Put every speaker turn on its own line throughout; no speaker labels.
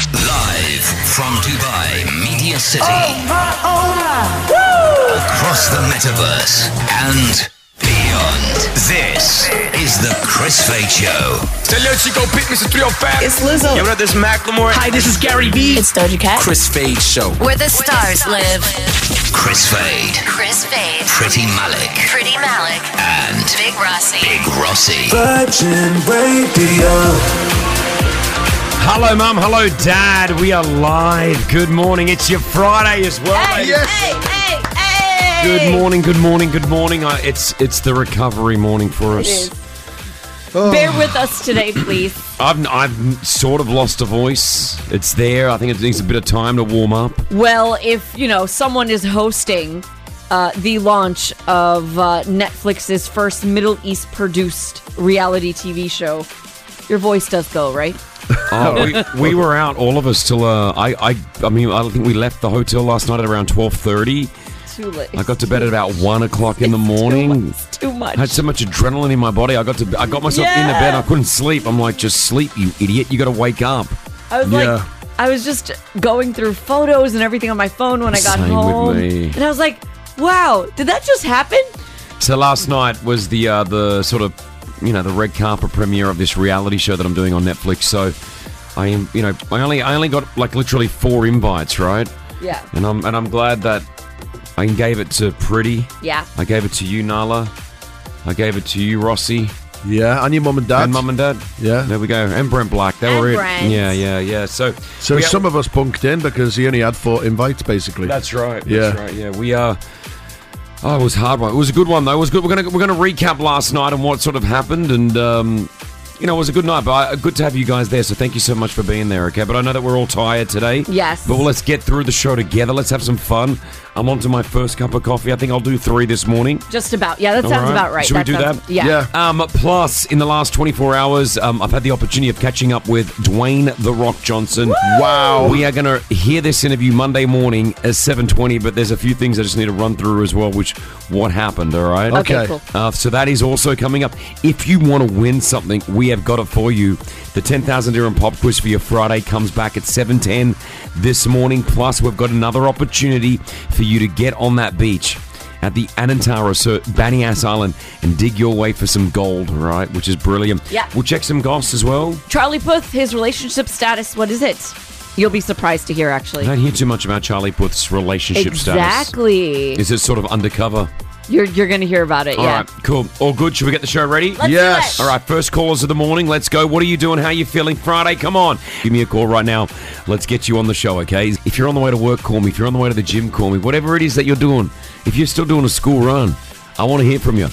Live from Dubai Media City. Across the metaverse and beyond. This is the Chris Fade Show.
Hello, Chico Pit, Mr. 305.
It's Lizzo.
Yo, what up, this is Macklemore.
Hi, this is Gary B.
It's Doja Cat.
Chris Fade Show.
Where the stars live.
Chris Fade,
Chris Fade.
Pretty Malik,
Pretty Malik.
and
Big Rossi.
Big Rossi.
Virgin Radio.
Hello, Mum. Hello, Dad. We are live. Good morning. It's your Friday as well.
Yes.
Good morning. Good morning. Good morning. I, it's it's the recovery morning for us. Oh.
Bear with us today, please.
I've I've sort of lost a voice. It's there. I think it needs a bit of time to warm up.
Well, if you know someone is hosting uh, the launch of uh, Netflix's first Middle East produced reality TV show, your voice does go right.
Oh, we, we were out all of us till uh, I I I mean I think we left the hotel last night at around twelve thirty.
Too late.
I got to bed at about one o'clock in the morning.
It's too much.
I had so much adrenaline in my body. I got to I got myself in the bed. I
Yeah.
couldn't sleep. I'm like, just sleep, you idiot. You got to wake up.
I was
Yeah.
like, I was just going through photos and everything on my phone when I got
Same with
home,
me.
and I was like, wow, did that just happen?
So last night was the uh, the sort of you know the red carpet premiere of this reality show that I'm doing on Netflix. So I am you know I only I only got like literally four invites, right?
Yeah.
And I'm and I'm glad that I gave it to Pretty.
Yeah.
I gave it to you, Nala. I gave it to you, Rossi,
Yeah, and your mum and dad.
and Mum and Dad.
Yeah.
There we go. And Brent Black. They
And
were it.
Brent.
Yeah, yeah, yeah. So
so
we-
some of us bunked in because he only had four invites, basically.
That's right. That's
Yeah.
right. Yeah, we are. Oh, it was a hard one. It was a good one though. It was good. We're gonna we're gonna recap last night and what sort of happened, and um, you know, it was a good night. But I, good to have you guys there. So thank you so much for being there. Okay, but I know that we're all tired today.
Yes.
But well, let's get through the show together. Let's have some fun. I'm on to my first cup of coffee. I think I'll do three this morning.
Just about. Yeah, that
All
sounds
right.
about right.
Should we do
sounds-
that?
Yeah.
Yeah.
Um, plus, in the last 24 hours, um, I've had the opportunity of catching up with Dwayne The Rock Johnson.
Wow.
We are going to hear this interview Monday morning at 7.20, but there's a few things I just need to run through as well, which what happened, all right?
Okay.
Okay.
Cool.
Uh, so that is also coming up. If you want to win something, we have got it for you. The 10,000 dirham pop quiz for your Friday comes back at 7.10 this morning. Plus, we've got another opportunity for you to get on that beach at the Anantara, so Banias Island, and dig your way for some gold, all right? Which is brilliant.
Yeah.
We'll check some goss as well.
Charlie Puth, his relationship status, what is it? You'll be surprised to hear, actually.
I don't hear too much about Charlie Puth's relationship status.
Exactly.
Is it sort of undercover?
You're you're gonna hear about it.
All
Uh, yeah.
right, cool. All good. Should we get the show ready?
Let's do
Yes.
it.
All right, first callers of the morning. Let's go. What are you doing? How you feeling? Friday, come on. Give me a call right now. Let's get you on the show, okay? If you're on the way to work, call me. If you're on the way to the gym, call me. Whatever it is that you're doing, if you're still doing a school run, I want to hear from you.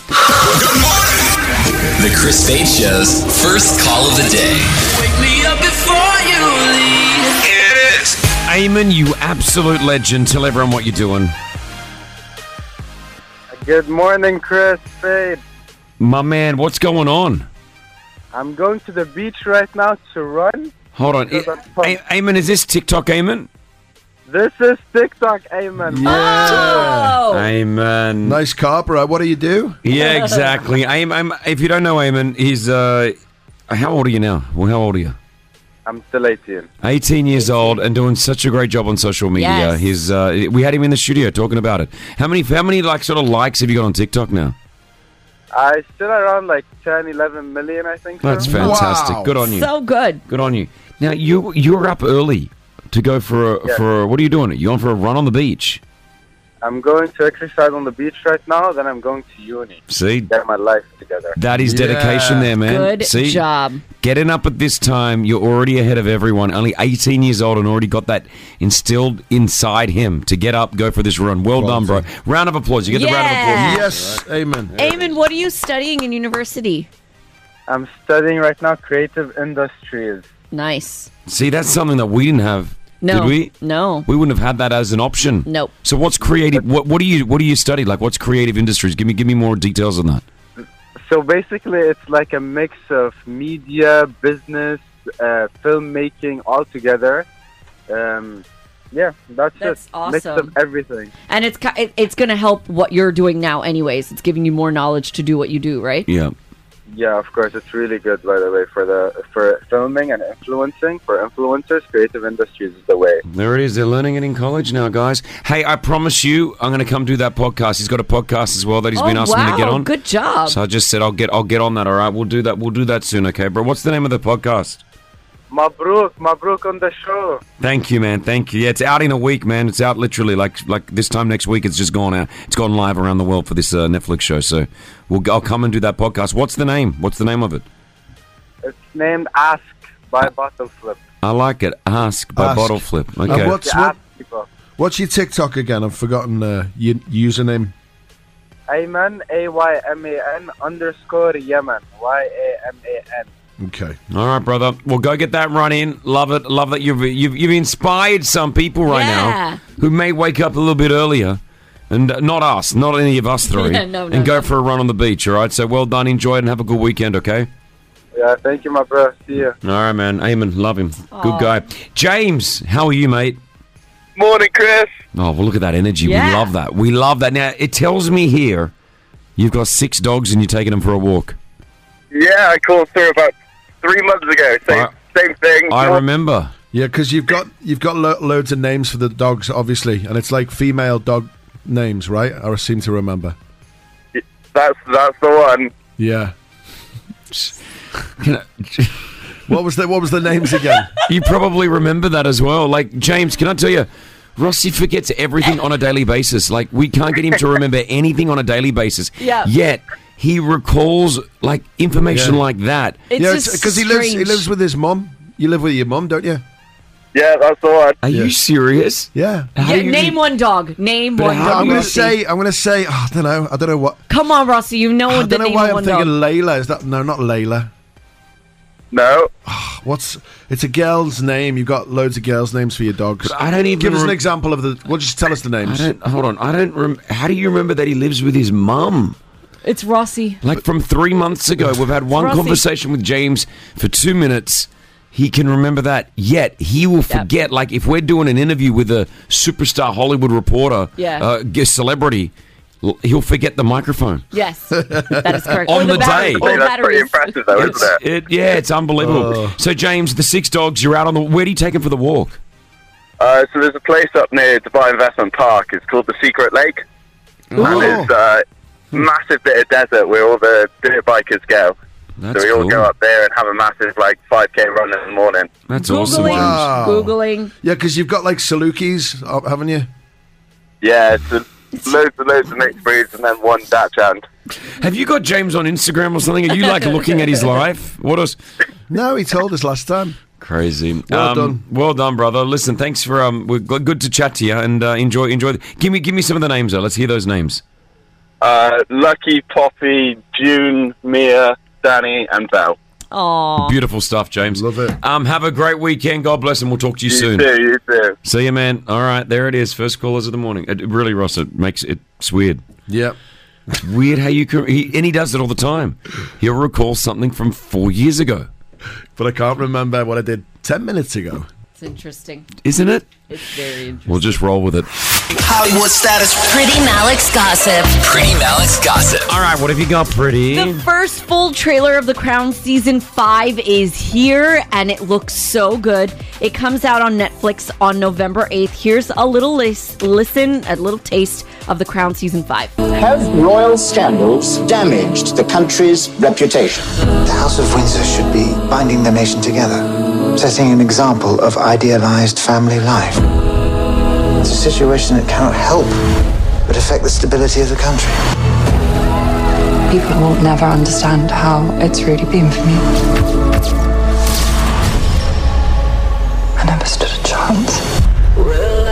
The Chris Fade Show's first call of the day. Wake me up before you leave. It is.
Eamon, you absolute legend. Tell everyone what you're doing.
Good morning, Chris. Babe,
My man, what's going on?
I'm going to the beach right now to run.
Hold on.
Good, that's fun.
A- Eamon, is this TikTok, Eamon?
This is TikTok, amen.
Oh.
Eamon.
Nice car, bro. What do you do?
Yeah, exactly. Aim, aim, if you don't know Eamon, he's uh, how old are you now? Well, how old are you?
I'm still 18.
18 years old and doing such a great job on social media.
Yes.
He's uh, we had him in the studio talking about it. How many how many like sort of likes have you got on TikTok now?
I still around like 10, 11 million, I think.
That's
so.
fantastic.
Wow.
Good on you.
So good.
Good on you. Now you you're up early to go for a,
Yeah.
for a, what are you doing? You going for a run on the beach?
I'm going to exercise on the beach right now, then I'm going to uni.
See,
Get my life together.
that is dedication
Yeah.
there, man.
Good
See?
job.
Getting up at this time, you're already ahead of everyone. Only 18 years old and already got that instilled inside him to get up, go for this run. Well done, bro. Round of applause. You get the round of
Yeah.
applause.
Yes. Amen.
Eamon, what are you studying in university?
I'm studying right now creative industries.
Nice.
See, that's something that we didn't have.
No.
Did we?
No.
We wouldn't have had that as an option.
Nope.
So what's creative? What, what do you what do you study? Like what's creative industries? Give me give me more details on that.
So basically, it's like a mix of media, business, uh, filmmaking all together. Um, yeah, that's,
That's
it. Mix
awesome.
of everything.
And it's ki- it, it's gonna help what you're doing now, anyways. It's giving you more knowledge to do what you do, right?
Yeah.
Yeah, of course, it's really good. By the way, for the for filming and influencing for influencers, creative industries is the way.
There it is. They're learning it in college now, guys. Hey, I promise you, I'm going to come do that podcast. He's got a podcast as well that he's
oh,
been asking
wow.
me to get on.
Good job.
So I just said I'll get I'll get on that. All right, we'll do that. We'll do that soon, okay, bro. What's the name of the podcast?
Mabruk, Mabruk on the show.
Thank you, man. Thank you. Yeah, it's out in a week, man. It's out literally like like this time next week. It's just gone out. It's gone live around the world for this uh, Netflix show. So we'll I'll come and do that podcast. What's the name? What's the name of it?
It's named Ask by Bottle Flip.
I like it. Ask by
Ask.
Bottle Flip.
And
Okay.
what's
Yeah,
what,
ask people.
what's your TikTok again? I've forgotten uh, your username.
Ayman, A Y M A N underscore Yemen, Y A M A N.
Okay.
All right, brother. Well, go get that run in. Love it. Love that you've you've, you've inspired some people right
Yeah.
now who may wake up a little bit earlier, and uh, not us, not any of us three,
No, no,
and go
no.
for a run on the beach. All right. So well done. Enjoy it and have a good weekend. Okay.
Yeah, thank you, my bro. See you.
All right, man. Eamon, love him. Good guy. James, how are you, mate?
Morning, Chris.
Oh, well, look at that energy. We
Yeah.
love that. We love that. Now it tells me here you've got six dogs and you're taking them for a walk.
Yeah, I called through about three months ago. Same,
I-
same thing.
I remember.
Yeah, because you've got you've got lo- loads of names for the dogs, obviously, and it's like female dog names, right? I seem to remember.
That's that's the one.
Yeah.
You know,
What was the What was the names again?
you probably remember that as well. Like James, can I tell you, Rossi forgets everything on a daily basis. Like we can't get him to remember anything on a daily basis.
Yeah.
Yet he recalls like information
Yeah.
like that.
it's
yeah,
just
because he lives he
strange.
lives with his mum. You live with your
Um,
mum, don't you?
Yeah, that's the one.
Are you
Yeah.
serious?
Yeah.
How
Yeah,
do you-
name one dog. Name
But
one
how
dog.
do uh,
I'm gonna
Rossi.
say I'm gonna say oh, I don't know I don't know what
Come on, Rossi. You know
I
the
don't know
name
why
of
I'm
one
thinking
dog.
Layla. Is that no not Layla? Ah,
No,
What's it's a girl's name? You've got loads of girls' names for your dogs.
But I don't even
give us an
rem-
example of the. Well, just tell us the
I
names.
don't. Hold on. I don't. Rem- how do you remember that he lives with his mum?
It's Rossi.
Like from three months ago, we've had one
Rossi.
conversation with James for two minutes. He can remember that, yet he will forget. Like if we're doing an interview with a superstar Hollywood reporter,
Yeah.
uh, g- celebrity, l- he'll forget the microphone.
Yes, that is correct.
On
Or
the
battery-
day.
or
Hey,
that's pretty
batteries.
impressive, though,
It's,
isn't it?
it, yeah, it's unbelievable.
Oh.
so James, the six dogs, you're out on the. Where do you take them for the walk?
Uh, so there's a place up near Dubai Investment Park. It's called the Secret Lake, and it's uh, massive bit of desert where all the dirt bikers go.
That's
so we all
cool.
go up there and have a massive like 5k run in the morning.
That's awesome,
Googling,
James.
Wow.
googling.
Ah. Yeah, because you've got like Salukis, uh, haven't you?
Yeah, it's a, loads and loads of mixed breeds, and then one Dutch hound.
Have you got James on Instagram or something? Are you like looking at his life? What else?
No, he told us last time.
Crazy.
Well
um,
done.
well done, brother. Listen, thanks for um. We're g- good to chat to you, and uh, enjoy, enjoy. The, give me, give me some of the names though. Let's hear those names.
Uh, Lucky, Poppy, June, Mia, Danny, and Belle.
Aw.
Beautiful stuff, James.
Love it.
Um, have a great weekend. God bless, and we'll talk to you,
You
soon.
too, you too.
See you, man. All right, there it is. First callers of the morning. It, it really, Ross, it makes it's weird.
Yeah.
It's weird how you can, he, and he does it all the time. He'll recall something from four years ago,
But I can't remember what I did ten minutes ago.
It's interesting.
isn't it?
It's very interesting.
We'll just roll with it.
Hollywood status.
Pretty Malik's Gossip.
Pretty Malik's gossip.
All right, what have you got, pretty?
The first full trailer of The Crown season 5 is here and it looks so good. It comes out on Netflix on November 8th. Here's a little lis- listen, a little taste of The Crown season 5.
Have royal scandals damaged the country's reputation?
The House of Windsor should be binding the nation together, setting an example of idealized family life. It's a situation that cannot help but affect the stability of the country.
People will never understand how it's really been for me. I never stood a chance.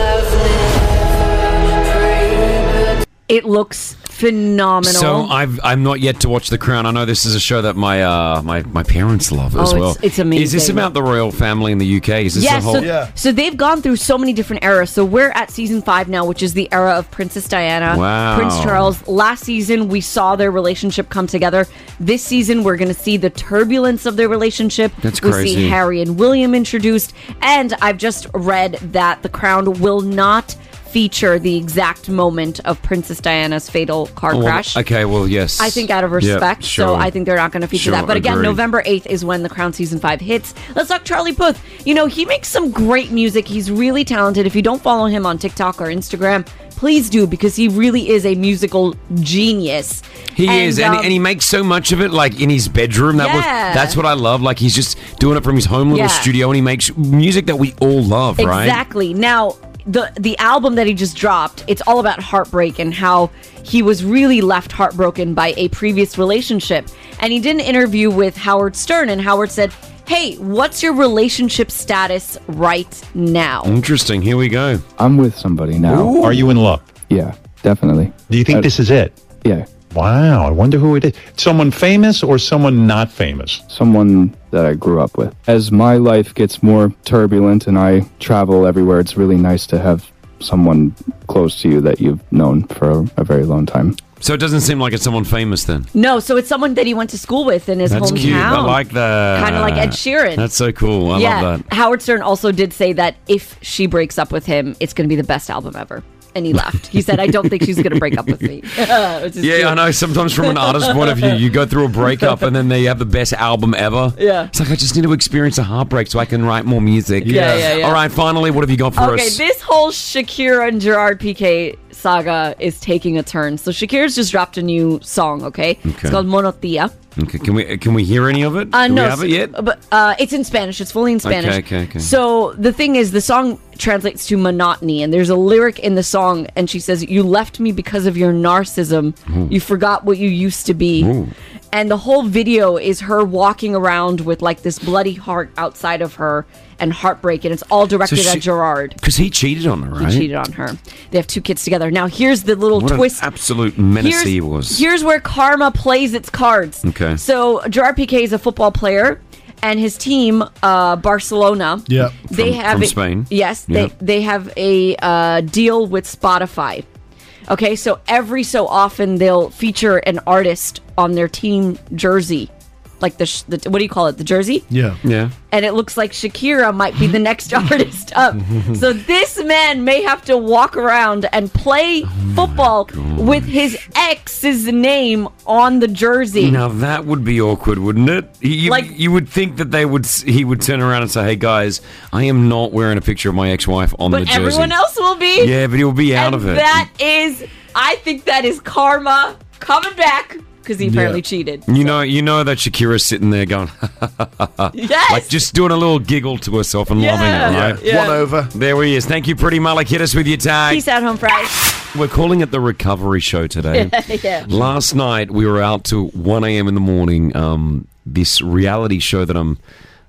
It looks phenomenal.
So I've I'm not yet to watch The Crown. I know this is a show that my uh my, my parents love as
Oh, it's-
well.
it's
Is this
amazing.
about the royal family in the UK? Is this
yeah,
a whole
so, so they've gone through so many different eras. So we're at season five now, which is the era of Princess Diana,
Wow.
Prince Charles. Last season, we saw their relationship come together. This season, we're going to see the turbulence of their relationship.
That's
we
crazy.
see Harry and William introduced. And I've just read that The Crown will not feature the exact moment of Princess Diana's fatal car
Oh, well,
crash.
okay, well, yes.
I think out of
Yeah,
respect, so
sure.
I think they're not going to feature
Sure,
that. But again,
agreed.
November 8th is when The Crown Season 5 hits. Let's talk Charlie Puth. You know, he makes some great music. He's really talented. If you don't follow him on TikTok or Instagram, please do because he really is a musical genius.
He is, and,
um,
and he makes so much of it, like in his bedroom. That was
Yeah.
that's what I love. Like he's just doing it from his home little
Yeah.
studio, and he makes music that we all love, right?
Exactly. Now, the the album that he just dropped, it's all about heartbreak and how he was really left heartbroken by a previous relationship. And he did an interview with Howard Stern, and Howard said, "Hey, what's your relationship status right now?"
Interesting. Here we go.
I'm with somebody now.
Ooh. Are you
in love? Yeah, definitely.
Do you think
Uh,
this is it?
Yeah.
Wow, I wonder who it is. Someone famous or someone not famous?
Someone that I grew up with. As my life gets more turbulent and I travel everywhere, it's really nice to have someone close to you that you've known for a, a very long time.
So it doesn't seem like it's someone famous then.
No, so it's someone that he went to school with in his
that's
hometown.
cute. I like that.
Kinda like Ed Sheeran.
That's so cool. I
yeah,
love that.
Howard Stern also did say that if she breaks up with him, it's going to be the best album ever. And he laughed. He said, "I don't think she's going to break up with me." Which is
Yeah, I know. Sometimes from an artist's point of view, you go through a breakup and then they have the best album ever.
Yeah.
It's like, I just need to experience a heartbreak so I can write more music.
Yeah, yeah, yeah.
All right, finally, what have you got for
okay,
us?
this whole Shakira and Gerard Piqué saga is taking a turn. So Shakira's just dropped a new song. Okay,
Okay.
it's called Monotia.
okay, can we can we hear any of it?
Uh,
Do
no,
we have it yet?
But uh, it's in Spanish. It's fully in Spanish.
okay, okay.
So the thing is, the song translates to monotony, and there's a lyric in the song, and she says, "You left me because of your narcissism.
Ooh.
You forgot what you used to be."
Ooh.
And the whole video is her walking around with like this bloody heart outside of her and heartbreak, and it's all directed
she-
at Gerard.
Because he cheated on her, right?
He cheated on her. They have two kids together. Now here's the little
What
twist.
an absolute menace
here's,
he was.
here's where karma plays its cards.
Okay.
So Gerard Piqué is a football player, and his team, uh, Barcelona.
Yeah.
They
From-
have
from
a-
Spain.
Yes,
Yeah.
they they have a uh, deal with Spotify. Okay, so every so often they'll feature an artist on their team jersey, like the, sh- the what do you call it? The jersey
Yeah.
Yeah.
and it looks like Shakira might be the next artist up. So this man may have to walk around and
Oh
play football with his ex's name on the jersey.
Now that would be awkward, wouldn't it? You, you- you would think that they would. s- He would turn around and say, "Hey guys, I am not wearing a picture of my ex-wife on the
but
jersey."
everyone else will be.
Yeah, but he'll be out of it.
That is, I think that is karma coming back because he apparently cheated.
You know, you know that Shakira's sitting there going,
Yes!
like just doing a little giggle to herself and
Yeah.
loving it, right?
Yeah. One
over. There he is. Thank you, Pretty Malik. Hit us with your tag.
Peace out, home fries.
We're calling it the recovery show today.
yeah.
Last night we were out to 1 a.m. in the morning. Um, this reality show that I'm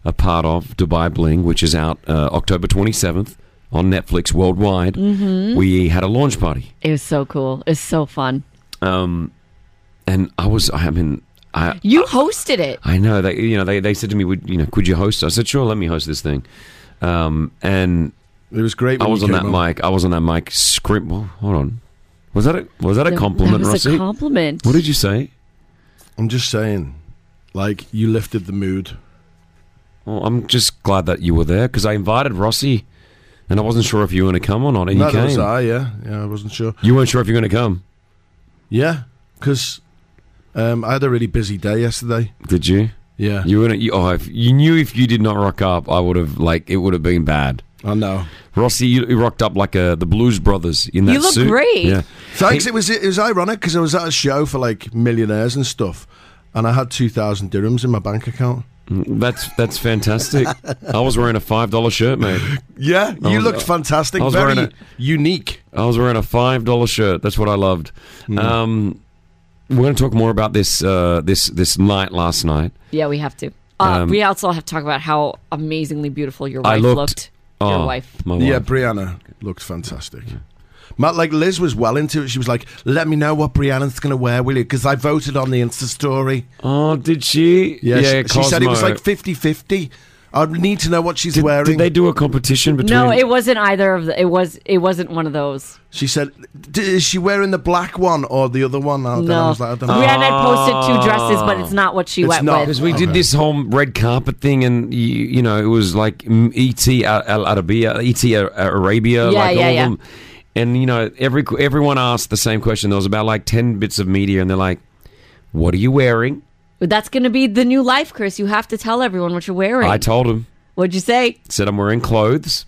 a part of, Dubai Bling, which is out uh, October 27th on Netflix worldwide.
Mhm.
We had a launch party,
It was so cool. It was so fun.
um, and I was. I mean, I
You hosted it.
I know they, you know, they, they said to me, "Would you know, could you host?" I said, "Sure, let me host this thing." Um, and
it was great.
I
when
was
you
on that
came
mic. I was on that mic. Scream. Well, hold on. Was that a, was that a compliment,
That was
Rossi?
a compliment.
What did you say?
I'm just saying, like you lifted the mood.
Well, I'm just glad that you were there because I invited Rossi, and I wasn't sure if you were going to come or not, and
no,
you came.
that was I. Yeah, yeah. I wasn't sure.
You weren't sure if you were going to come,
Yeah, because um, I had a really busy day yesterday.
did you?
Yeah.
You wouldn't. You, oh, if you knew if you did not rock up, I would have like it would have been bad.
I know.
Rossi, you, you rocked up like uh, the Blues Brothers in that
You look
suit.
great.
Yeah.
Thanks. It was it was ironic because I was at a show for like millionaires and stuff, and I had two thousand dirhams in my bank account.
Mm, That's that's fantastic. I was wearing a five dollar shirt, mate.
Yeah, you
I was- uh,
looked fantastic.
I was
Very
wearing a-
unique. Hmm.
I was wearing a five dollar shirt. That's what I loved. Um, we're going to talk more about this uh, this this night last night.
Yeah, we have to. Uh,
Um,
we also have to talk about how amazingly beautiful your wife
I looked.
looked. Your
Oh,
wife.
My wife.
Yeah, Brianna looked fantastic. Matt, like Liz was well into it. She was like, "Let me know what Brianna's going to wear, will you? Because I voted on the Insta story."
Oh, did she?
Yeah,
Yeah,
she, she said it was
Cosmo.
like 50-50. I need to know what she's wearing.
Did they do a competition between?
No, it wasn't either of the. It was. It wasn't one of those.
She said, D- "Is she wearing the black one or the other one?" I don't know. I
No,
was like, I don't know.
Rihanna had posted two dresses, but Oh. it's not what she went
because
with.
we did this whole red carpet thing, and you, you E know it was like mm, ET Al Al Arabiya, ET Ar- Arabia,
Yeah,
like
yeah,
all
yeah.
of them. And you know, every everyone asked the same question. There was about like ten bits of media, and they're like, "What are you wearing?"
But that's going to be the new life, Chris. You have to tell everyone what you're wearing.
I told him.
What'd you say?
Said I'm wearing clothes.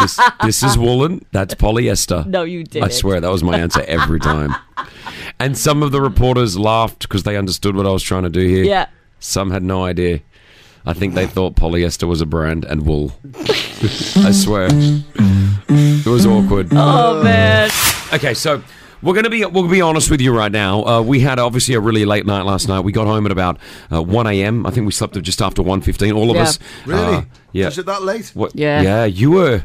this, this is woolen. That's polyester.
No, you
I
didn't.
swear that was my answer every time. and some of the reporters laughed because they understood what I was trying to do here.
Yeah.
Some had no idea. I think they thought polyester was a brand and wool. I swear. It was awkward.
Oh man.
Okay, so we're gonna be we'll be honest with you right now. Uh, we had obviously a really late night last night. We got home at about uh, one a.m. I think we slept just after one fifteen. All of
Yeah.
us.
Really?
Uh, yeah.
Was it that late?
What?
Yeah.
Yeah, you were.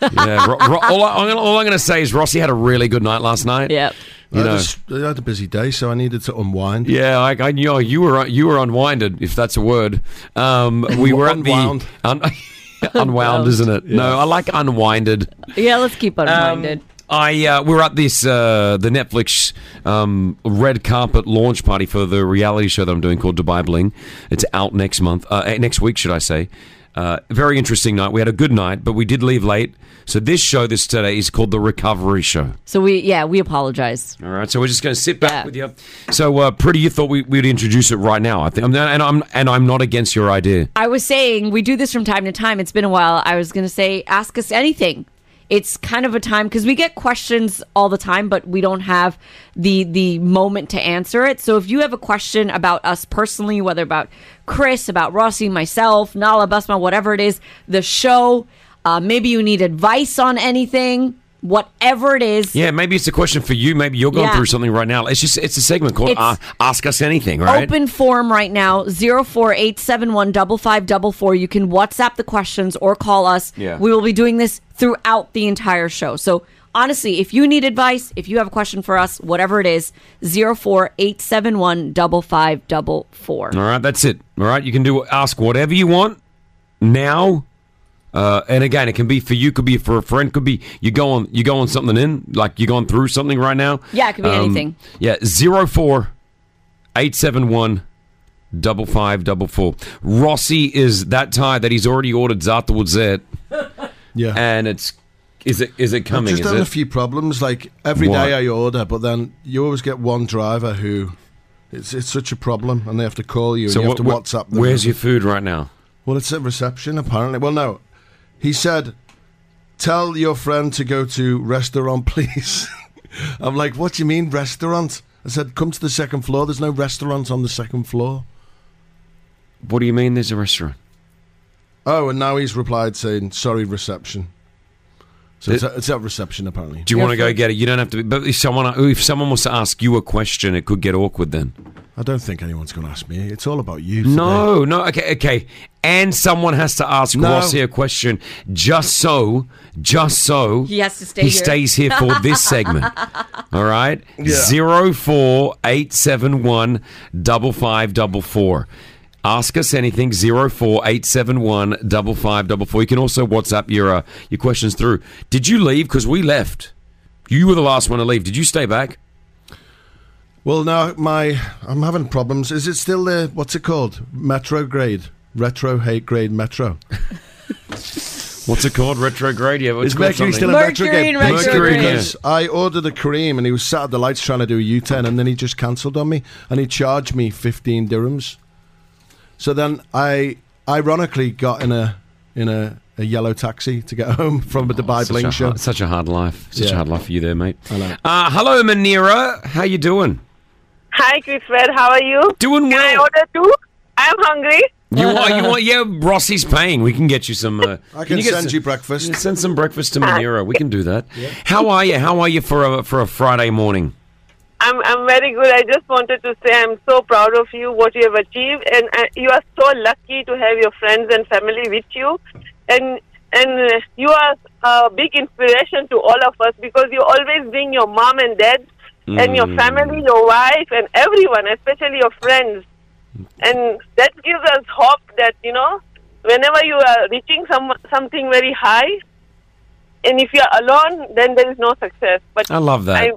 yeah. Ro- Ro- all, I, am gonna, all I'm gonna say is Rossi had a really good night last night. Yeah. You
I,
know.
had a s- I had a busy day, so I needed to unwind.
Yeah, I, I you, know, you were you were unwinded, if that's a word. Um, we were at the
Unwound.
un- unwound, isn't it? No, I like unwinded.
Yeah, let's keep unwinded.
I uh, we were at this uh, the Netflix um, red carpet launch party for the reality show that I'm doing called Dubai Bling. It's out next month, uh, eh, next week, should I say? Uh, very interesting night. We had a good night, but we did leave late. So this show, this today, is called the Recovery Show.
so we yeah we apologize.
All right, so we're just going to sit back with you. So, uh, pretty, you thought we, we'd introduce it right now. I think, and I'm and I'm not against your idea.
I was saying we do this from time to time. It's been a while. I was going to say ask us anything. It's kind of a time because we get questions all the time, but we don't have the the moment to answer it. So if you have a question about us personally, whether about Chris, about Rossi, myself, Nala Busma, whatever it is, the show, uh, maybe you need advice on anything, whatever it is.
Yeah, maybe it's a question for you. Maybe you're going
Yeah.
through something right now. It's just it's a segment called
It's-
uh, "Ask Us Anything," right?
Open form right now, 04871 5544. You can WhatsApp the questions or call us.
Yeah.
We will be doing this throughout the entire show. So, honestly, if you need advice, if you have a question for us, whatever it is, 04871 5544.
All right, that's it. All right, you can do ask whatever you want now. Uh, and again, it can be for you, could be for a friend, could be you go on you go on something in like you're going through something right now.
Yeah, it could
Um,
be anything.
Yeah, zero four eight seven one double five double four. Rossi is that tie that he's already ordered Zatawudzet.
yeah,
and it's is it is it coming?
I've just
is
had
it?
a few problems. Like every day
What?
I order, but then you always get one driver who it's it's such a problem, and they have to call you and you have
what-
to WhatsApp them.
Where's your food right now?
Well, it's at reception apparently. Well, no, he said, "Tell your friend to go to restaurant, please." I'm like, "What do you mean restaurant?" I said, "Come to the second floor. There's no restaurant on the second floor."
What do you mean? There's a restaurant.
Oh, and now he's replied saying, "Sorry, reception." So it's, at, it's at reception apparently.
Uh, Do you want to go get it? You don't have to. Be, but if someone if someone was to ask you a question, it could get awkward then.
I don't think anyone's going to ask me. It's all about you.
No, no. Okay, okay. And someone has to ask
No.
Rossi a question just so, just so
He has to stay
he
here.
stays here for this segment. All right, zero four eight seven one double five double four. Ask us anything. Zero four eight seven one double five double four. You can also WhatsApp your uh, your questions through. Did you leave? Because we left. You were the last one to leave. Did you stay back?
Well, now my I'm having problems. Is it still the what's it called? Retrograde, retro hate grade metro.
What's it called? Retrograde? Yeah, Oh, it's
Is
called
Mercury
something.
still a retrograde?
Mercury, yeah.
Because I ordered a cream and he was sat at the lights trying to do a U-turn, and then he just cancelled on me, and he charged me 15 dirhams. So then I ironically got in a in a, a yellow taxi to get home from the Dubai
such a
Bling show.
hard, such a hard life. Such a
Yeah.
hard life for you there, mate. Uh, hello, Manira. How you doing?
Hi, Chris Fred. How are you?
Doing well.
Can I order two? I'm hungry.
You want? You want? Yeah, Rossi's paying. We can get you some. Uh,
I can
get
send
some-
you breakfast.
you Send some breakfast to Manira. We can do that. How are you? How are you for a for a Friday morning?
I'm I'm very good. I just wanted to say I'm so proud of you, what you have achieved, and uh, you are so lucky to have your friends and family with you, and and uh, you are a big inspiration to all of us because you always bring your mom and dad and your
Mm.
family, your wife, and everyone, especially your friends, and that gives us hope that you know whenever you are reaching some something very high, and if you are alone, then there is no success. But
I love that. I,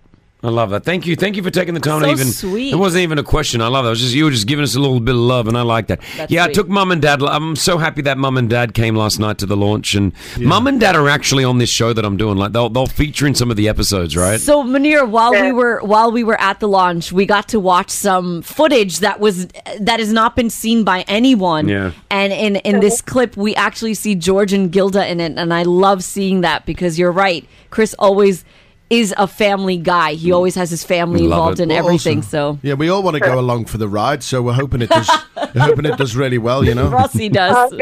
I love that. Thank you. Thank you for taking the time.
So
to even
sweet.
It wasn't even a question. I love that. It was just you were just giving us a little bit of love, and I like that.
That's
yeah, I
sweet.
took mum and dad. I'm so happy that mum and dad came last night to the launch, and mum and dad are actually on this show that I'm doing. Like they'll they'll feature in some of the episodes, right?
So Munir, while we were while we were at the launch, we got to watch some footage that was that has not been seen by anyone.
Yeah.
And in in this clip, we actually see George and Gilda in it, and I love seeing that because you're right. Chris always is a family guy.
Mm.
He always has his family involved in everything. So
yeah, we all want to go along for the ride, so we're hoping it does. we're hoping it does really well, you know.
Rossi does.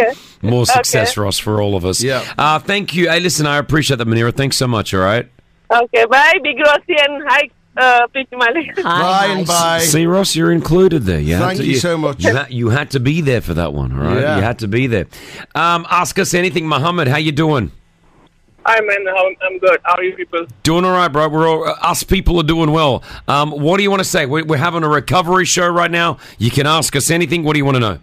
More success, Ross, for all of us. Yeah. Uh, thank you. Hey, listen, I appreciate that, Manira. Thanks so much. All right.
Okay, bye, Big Rossi, and hi, uh, Preeti Malik.
See, Ross, you're included there. You had
Thank
to-
you so much.
You had, you had to be there for that one. All right.
Yeah.
You had to be there. Um, ask us anything, Mohammed. How you doing?
Hi, man. How, I'm good. How are you people?
Doing all right, bro. We're all, uh, us people are doing well. Um, what do you want to say? We're, we're having a recovery show right now. You can ask us anything. What do you want to know?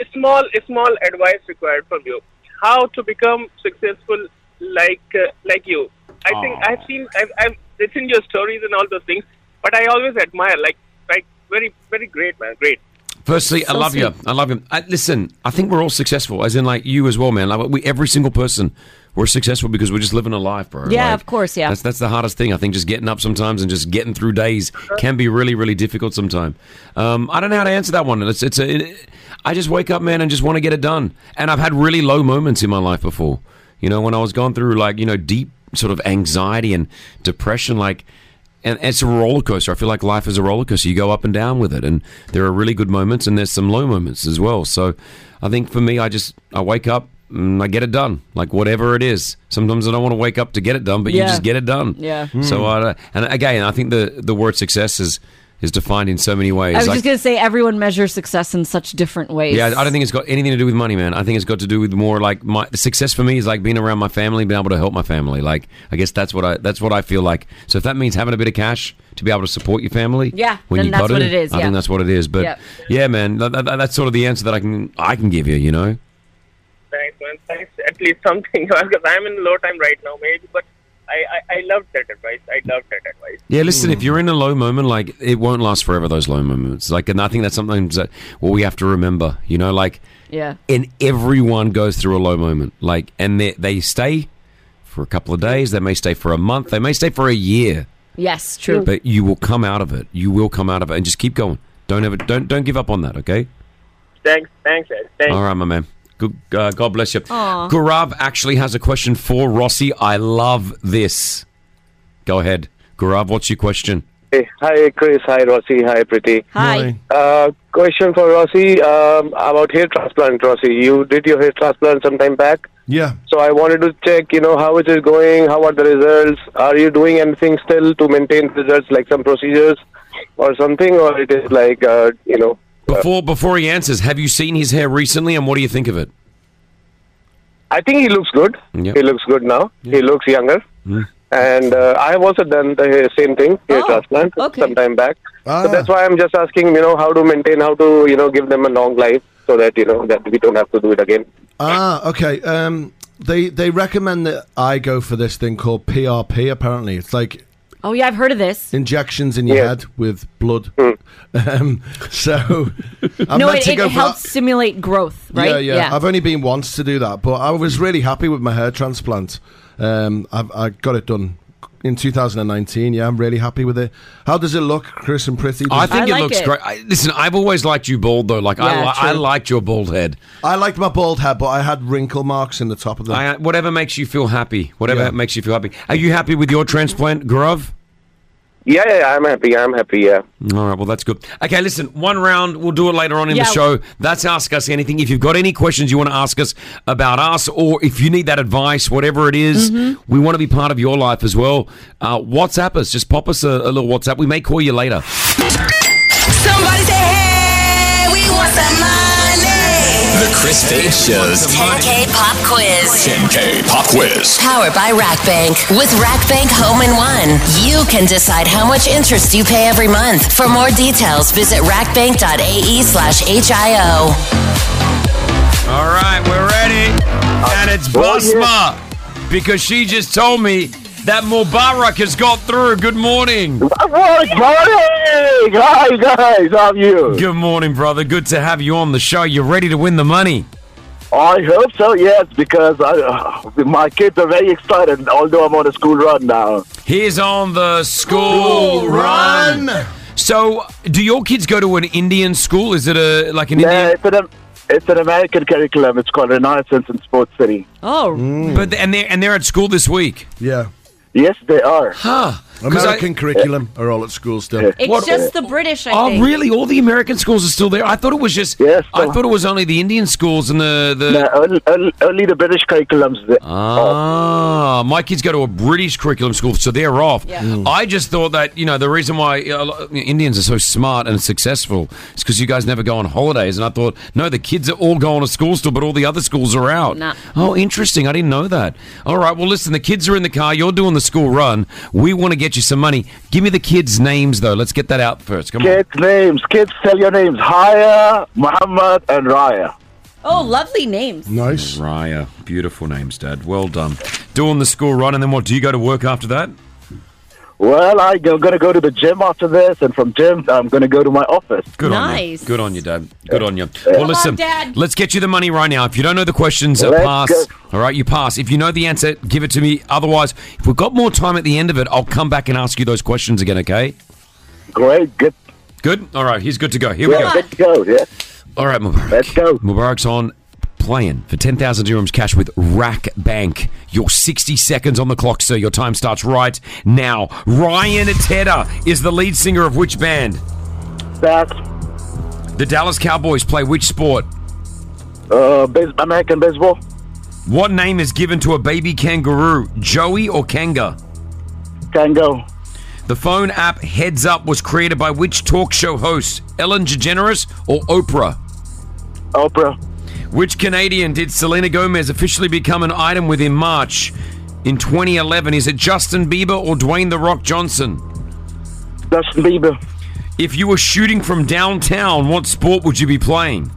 A small, a small advice required from you. How to become successful like uh, like you? I think
Aw.
I've seen, I've, I've it's in your stories and all those things. But I always admire, like, like very, very great, man. Great.
Firstly, I
So
love you.
sweet.
I love you. I, listen, I think we're all successful, as in like you as well, man. Like we, every single person, we're successful because we're just living a life, bro.
Yeah,
Like,
of course, yeah.
That's that's the hardest thing. I think just getting up sometimes and just getting through days can be really really difficult sometimes. Um, I don't know how to answer that one. It's it's a, it- I just wake up, man, and just want to get it done. And I've had really low moments in my life before. You know, when I was going through like you know deep sort of anxiety and depression, like. And it's a roller coaster. I feel like life is a roller coaster. You go up and down with it, and there are really good moments, and there's some low moments as well. So, I think for me, I just I wake up and I get it done, like whatever it is. Sometimes I don't want to wake up to get it done, but you
Yeah.
just get it done.
Yeah.
So
Mm.
I and again, I think the the word success is is defined in so many ways.
I was
Like-
just gonna say everyone measures success in such different ways.
yeah, I don't think it's got anything to do with money, man. I think it's got to do with more like my success for me is like being around my family, being able to help my family. Like I guess that's what I that's what I feel like. So if that means having a bit of cash to be able to support your family,
Yeah,
when
then
you
that's
got
what it is,
I
yeah.
think that's what it is. But
Yep.
yeah, man, that, that, that's sort of the answer that I can I can give you. You know.
Thanks, man. Thanks. At least something, because I'm in low time right now, maybe. But I, I, I love that advice. I love that advice.
Yeah, listen,
Hmm.
if you're in a low moment, like it won't last forever, those low moments. Like, and I think that's something that what we have to remember, you know, like,
Yeah.
and everyone goes through a low moment. Like, and they, they stay for a couple of days, they may stay for a month, they may stay for a year,
Yes, true.
but you will come out of it. You will come out of it and just keep going. Don't ever, don't, don't give up on that, okay?
Thanks, thanks, Ed. Thanks.
All right, my man. Good, uh, God bless you.
Aw.
Gurav actually has a question for Rossi. I love this. Go ahead. Gurav, what's your question?
Hey, hi Chris, hi Rossi, hi Priti.
Hi.
Uh, question for Rossi um, about hair transplant. Rossi, you did your hair transplant some time back,
Yeah.
so I wanted to check, you know, how is it going? How are the results? Are you doing anything still to maintain results, like some procedures or something, or it is like, uh, you know,
Before before he answers, have you seen his hair recently, and what do you think of it?
I think he looks good.
Yep.
He looks good now. He looks younger.
Mm.
And uh, I have also done the hair- same thing, hair transplant, some time back. So that's why I'm just asking, you know, how to maintain, how to, you know, give them a long life so that, you know, that we don't have to do it again.
Ah, okay. Um, they they recommend that I go for this thing called PRP. Apparently, it's like
Oh yeah, I've heard of this.
injections in your head with blood. Um, so I'm
no,
meant
it,
to
it
go for
helps stimulate growth, right?
Yeah, yeah, I've only been once to do that, but I was really happy with my hair transplant. Um, I've, I got it done in 2019. Yeah, I'm really happy with it. How does it look, Chris and Pretty?
I think it looks great. I, listen, I've always liked you bald though. Like I,
Yeah,
li-
true.
I liked your bald head.
I liked my bald head, but I had wrinkle marks in the top of the.
I, uh, whatever makes you feel happy. Whatever
Yeah.
makes you feel happy. Are you happy with your transplant, Grove?
Yeah, yeah, yeah, I'm happy. I'm happy, yeah.
All right, well that's good. Okay, listen, one round. We'll do it later on in
Yeah.
the show. That's ask us anything. If you've got any questions you want to ask us about us, or if you need that advice, whatever it is,
Mhm.
we want to be part of your life as well. Uh, WhatsApp us. Just pop us a, a little WhatsApp. We may call you later.
Somebody say, hey, we want some money.
The Chris Fade Show's
10K Pop Quiz.
10K Pop Quiz.
Powered by RackBank. With RackBank Home in One, you can decide how much interest you pay every month. For more details, visit rackbank.ae E slash HIO.
All right, we're ready. And it's
Oh, yeah.
Basma because she just told me that Mubarak has got through. Good morning.
Good morning. Hi, guys. How are you?
Good morning, brother. Good to have you on the show. You're ready to win the money.
I hope so, yes, because I, uh, my kids are very excited, although I'm on a school run now.
He's on the school run. So, do your kids go to an Indian school? Is it a like an
Yeah, Uh, it's an, it's an American curriculum. It's called Renaissance in Sports City.
Oh,
but and they are and they're at school this week.
Mm. Yeah,
Yes, they are.
Huh.
American curriculum are all at school still.
It's just the British, I
oh,
think.
really? All the American schools are still there? I thought it was just. I thought it was only the Indian schools and the the.
No, only, only- only the British curriculums. that-
Ah, my kids go to a British curriculum school, so they're off.
Mm.
I just thought that you know the reason why you know, a lot of Indians are so smart and successful is because you guys never go on holidays. And I thought, no, the kids are all going to school still, but all the other schools are out.
Nah.
Oh, interesting. I didn't know that. All right. Well, listen, the kids are in the car. You're doing the school run. We want to get you some money. Give me the kids' names though. Let's get that out first. Come on.
Kids' names. Kids, tell your names. Haya, Muhammad, and Raya.
Oh, lovely names.
Nice.
Raya. Beautiful names, Dad. Well done. Doing the school run, and then what? Do you go to work after that?
Well, I'm going to go to the gym after this, and from gym, I'm going to go to my office.
Good on you. Good on you, Dad. Good on you. Well, listen, let's get you the money right now. If you don't know the questions, uh,
Let's
pass.
go.
All right, you pass. If you know the answer, give it to me. Otherwise, if we've got more time at the end of it, I'll come back and ask you those questions again, okay?
Great. Good.
Good? All right, he's good to go. Here
Yeah,
we go.
Let's go, yeah.
All right, Mubarak.
Let's go.
Mubarak's on playing for 10,000 dirhams cash with Rack Bank. Your 60 seconds on the clock, sir. Your time starts right now. Ryan Tedder is the lead singer of which band?
That's
The Dallas Cowboys play which sport?
uh, base, American baseball.
What name is given to a baby kangaroo? Joey or Kanga?
Kango.
The phone app Heads Up was created by which talk show host? Ellen DeGeneres or Oprah?
Oprah.
Which Canadian did Selena Gomez officially become an item within March in 2011? Is it Justin Bieber or Dwayne The Rock Johnson?
Justin Bieber.
If you were shooting from downtown, what sport would you be playing?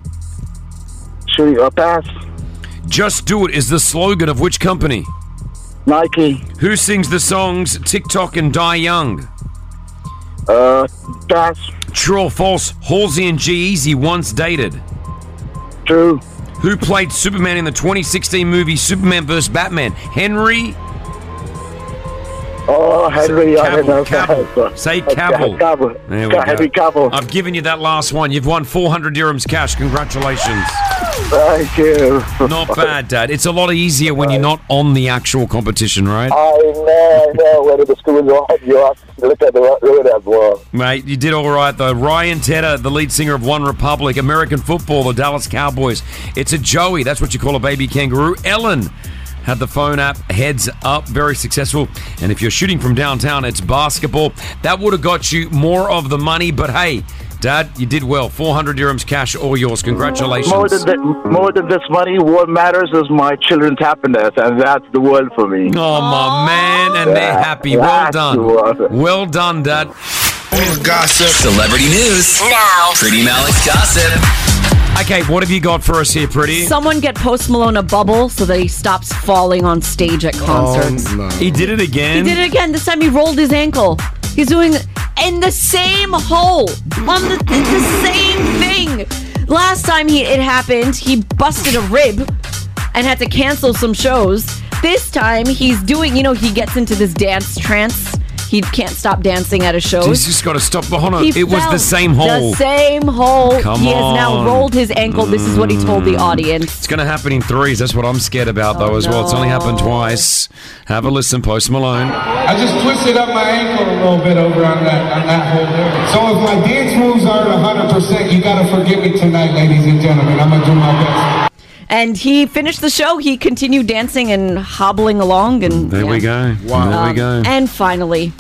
Shooting a pass.
Just Do It is the slogan of which company?
Nike.
Who sings the songs TikTok and Die Young?
Uh, pass.
True or false, Halsey and G Easy once dated?
True.
Who played Superman in the 2016 movie Superman vs. Batman? Henry?
Oh, Henry, I don't know.
Say
Okay,
Cavill.
Cavill.
There we go.
Henry Cavill.
I've given you that last one. You've won 400 dirhams cash. Congratulations.
Thank you.
Not bad, Dad. It's a lot easier when you're not on the actual competition, right?
I know, I know. Whether the school you are, you are look at the ro- road as well.
Mate, you did all right though. Ryan Tedder, the lead singer of One Republic, American football, the Dallas Cowboys. It's a Joey, that's what you call a baby kangaroo. Ellen had the phone app heads up, very successful. And if you're shooting from downtown, it's basketball. That would have got you more of the money, but hey, Dad, you did well. 400 dirhams cash, all yours. Congratulations.
More than, the, more than this money, what matters is my children's happiness, and that's the world for me.
Oh, my man, and they're happy. Well done. Well done, Dad. Gossip.
Celebrity news.
Now.
Pretty Malik's gossip.
Okay, what have you got for us here, Pretty?
Someone get Post Malone a bubble so that he stops falling on stage
Oh,
at concerts.
He did it
He
again.
did it again. This time he rolled his ankle. He's doing in the same hole on the, it's the same thing. Last time he it happened, he busted a rib and had to cancel some shows. This time he's doing, you know, he gets into this dance trance. He can't stop dancing at a show.
He's just got to stop. Oh, no,
He
it was
fell
the same hole.
The same hole.
Come
he has now
on. Mm.
rolled his ankle. This is what he told the audience.
It's going to happen in threes. That's what I'm scared about,
Oh,
though, as well. It's only happened twice. Have a listen, Post Malone.
I just twisted up my ankle a little bit over on that on that hole there. So if my dance moves aren't 100%, you gotta forgive me tonight, ladies and gentlemen. I'm gonna do my best.
And he finished the show. He continued dancing and hobbling along and
There we go.
Um,
There we go.
And finally,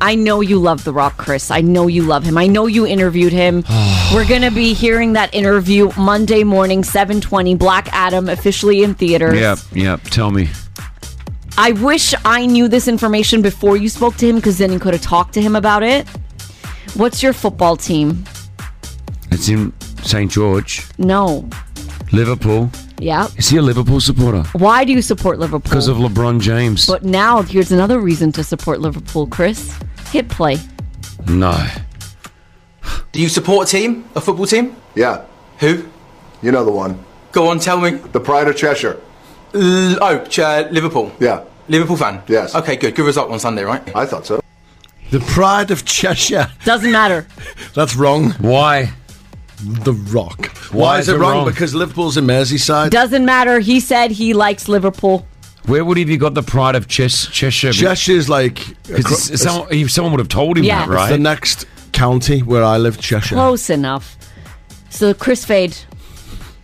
I know you love The Rock, Chris. I know you love him. I know you interviewed him. We're going to be hearing that interview Monday morning, 720, Black Adam, officially in theaters.
Yep, yep. Tell me.
I wish I knew this information before you spoke to him because then you could have talked to him about it. What's your football team?
It's in St. George,
No.
Liverpool.
Yeah.
Is he a Liverpool supporter?
Why do you support Liverpool?
Because of LeBron James.
But now here's another reason to support Liverpool, Chris. Hit play.
No.
Do you support a team? A football team?
Yeah.
Who?
You know the one.
Go on, tell me.
The Pride of Cheshire.
L- oh, Ch- uh, Liverpool.
Yeah.
Liverpool fan?
Yes.
Okay, good. Good result on Sunday, right?
I thought so.
The Pride of Cheshire.
Doesn't matter.
That's wrong.
Why?
The Rock.
Why
Why,
is
is it
it
wrong?
wrong?
Because Liverpool's in Merseyside.
Doesn't matter. He said he likes Liverpool.
Where would he have got the pride of Ches- Cheshire?
Cheshire's like.
Because someone, if someone would have told him
Yeah.
that, right?
It's the next county where I live, Cheshire.
Close enough. So Chris Fade.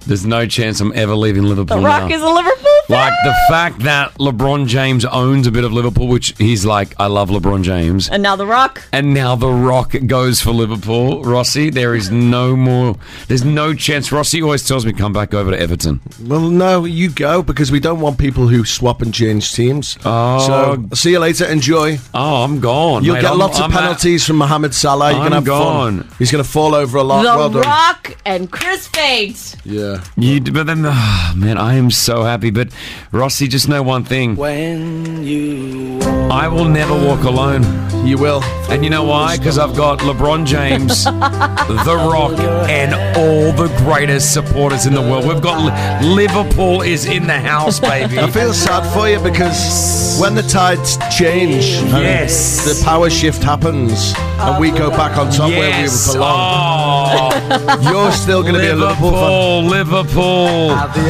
There's no chance I'm ever leaving Liverpool
The Rock
now.
is a Liverpool fan.
like the fact that LeBron James owns a bit of Liverpool, which he's like, I love LeBron James.
And now The Rock.
And now The Rock goes for Liverpool. Rossi, there is no more. There's no chance. Rossi always tells me, come back over to Everton.
Well, no, you go because we don't want people who swap and change teams.
Oh.
So, see you later. Enjoy.
Oh, I'm gone.
You'll
mate.
get
I'm-
lots
I'm
of
out.
penalties from Mohamed Salah. You're
I'm
gonna have
gone.
fun. He's gonna fall over a lot.
the
well done.
Rock and Chris Fade.
Yeah.
You, d- but then, ah, man, I am so happy. But Rossi, just know one thing.
When you
I will never walk alone.
You will.
And you know why? Because I've got LeBron James, The Rock, and all the greatest supporters in the world. We've got Li- Liverpool is in the house, baby.
I feel sad for you because when the tides change, and
Yes.
the power shift happens, and we go back on top where we
Yes. Oh,
belong. You're still going to be a Liverpool fan.
Liverpool, Liverpool.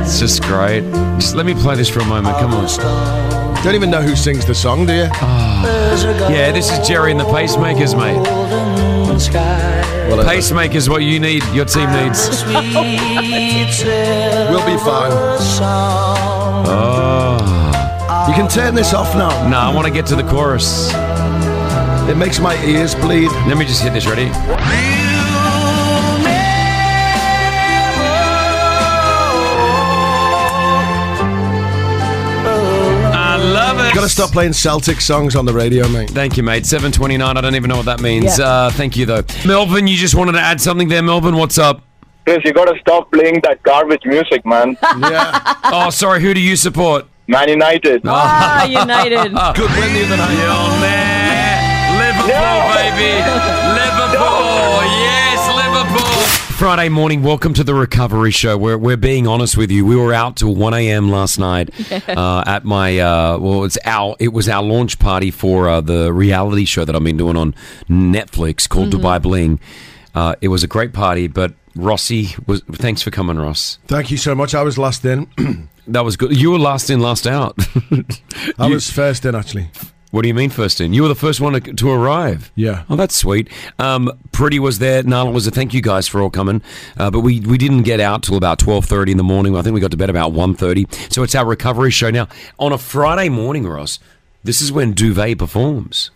It's just great. Just let me play this for a moment. Come on. Ah.
Don't even know who sings the song, do you?
Yeah, this is Jerry and the Pacemakers, mate. Pacemakers, what you need, your team needs.
We'll be fine.
Oh.
You can turn this off now.
No, I want to get to the chorus.
It makes my ears bleed.
Let me just hit this. Ready? I love it.
Got to stop playing Celtic songs on the radio, mate.
Thank you, mate. 729. I don't even know what that means.
Yeah.
Uh, thank you, though. Melvin, you just wanted to add something there. Melvin, what's up?
Chris, you gotta stop playing that garbage music, man.
yeah.
Oh, sorry. Who do you support?
Man United.
Ah, United.
Good win the other night. Liverpool, baby. Liverpool. Yes, Liverpool. Friday morning, welcome to the recovery show. We're, we're being honest with you. We were out till 1 a.m. last night uh, at my, uh, well, it's our, it was our launch party for uh, the reality show that I've been doing on Netflix called Dubai Bling. Uh, it was a great party, but Rossi was, thanks for coming, Ross.
Thank you so much. I was last in.
That was good. You were last in, last out.
I
You-
was first in, actually.
What do you mean first in? You were the first one to, to arrive.
Yeah.
Oh, that's sweet. Um, Pretty was there. Nala was there. Thank you guys for all coming. Uh, but we, we didn't get out till about 12.30 in the morning. I think we got to bed about 1.30. So it's our recovery show. Now, on a Friday morning, Ross, this is when Duvet performs.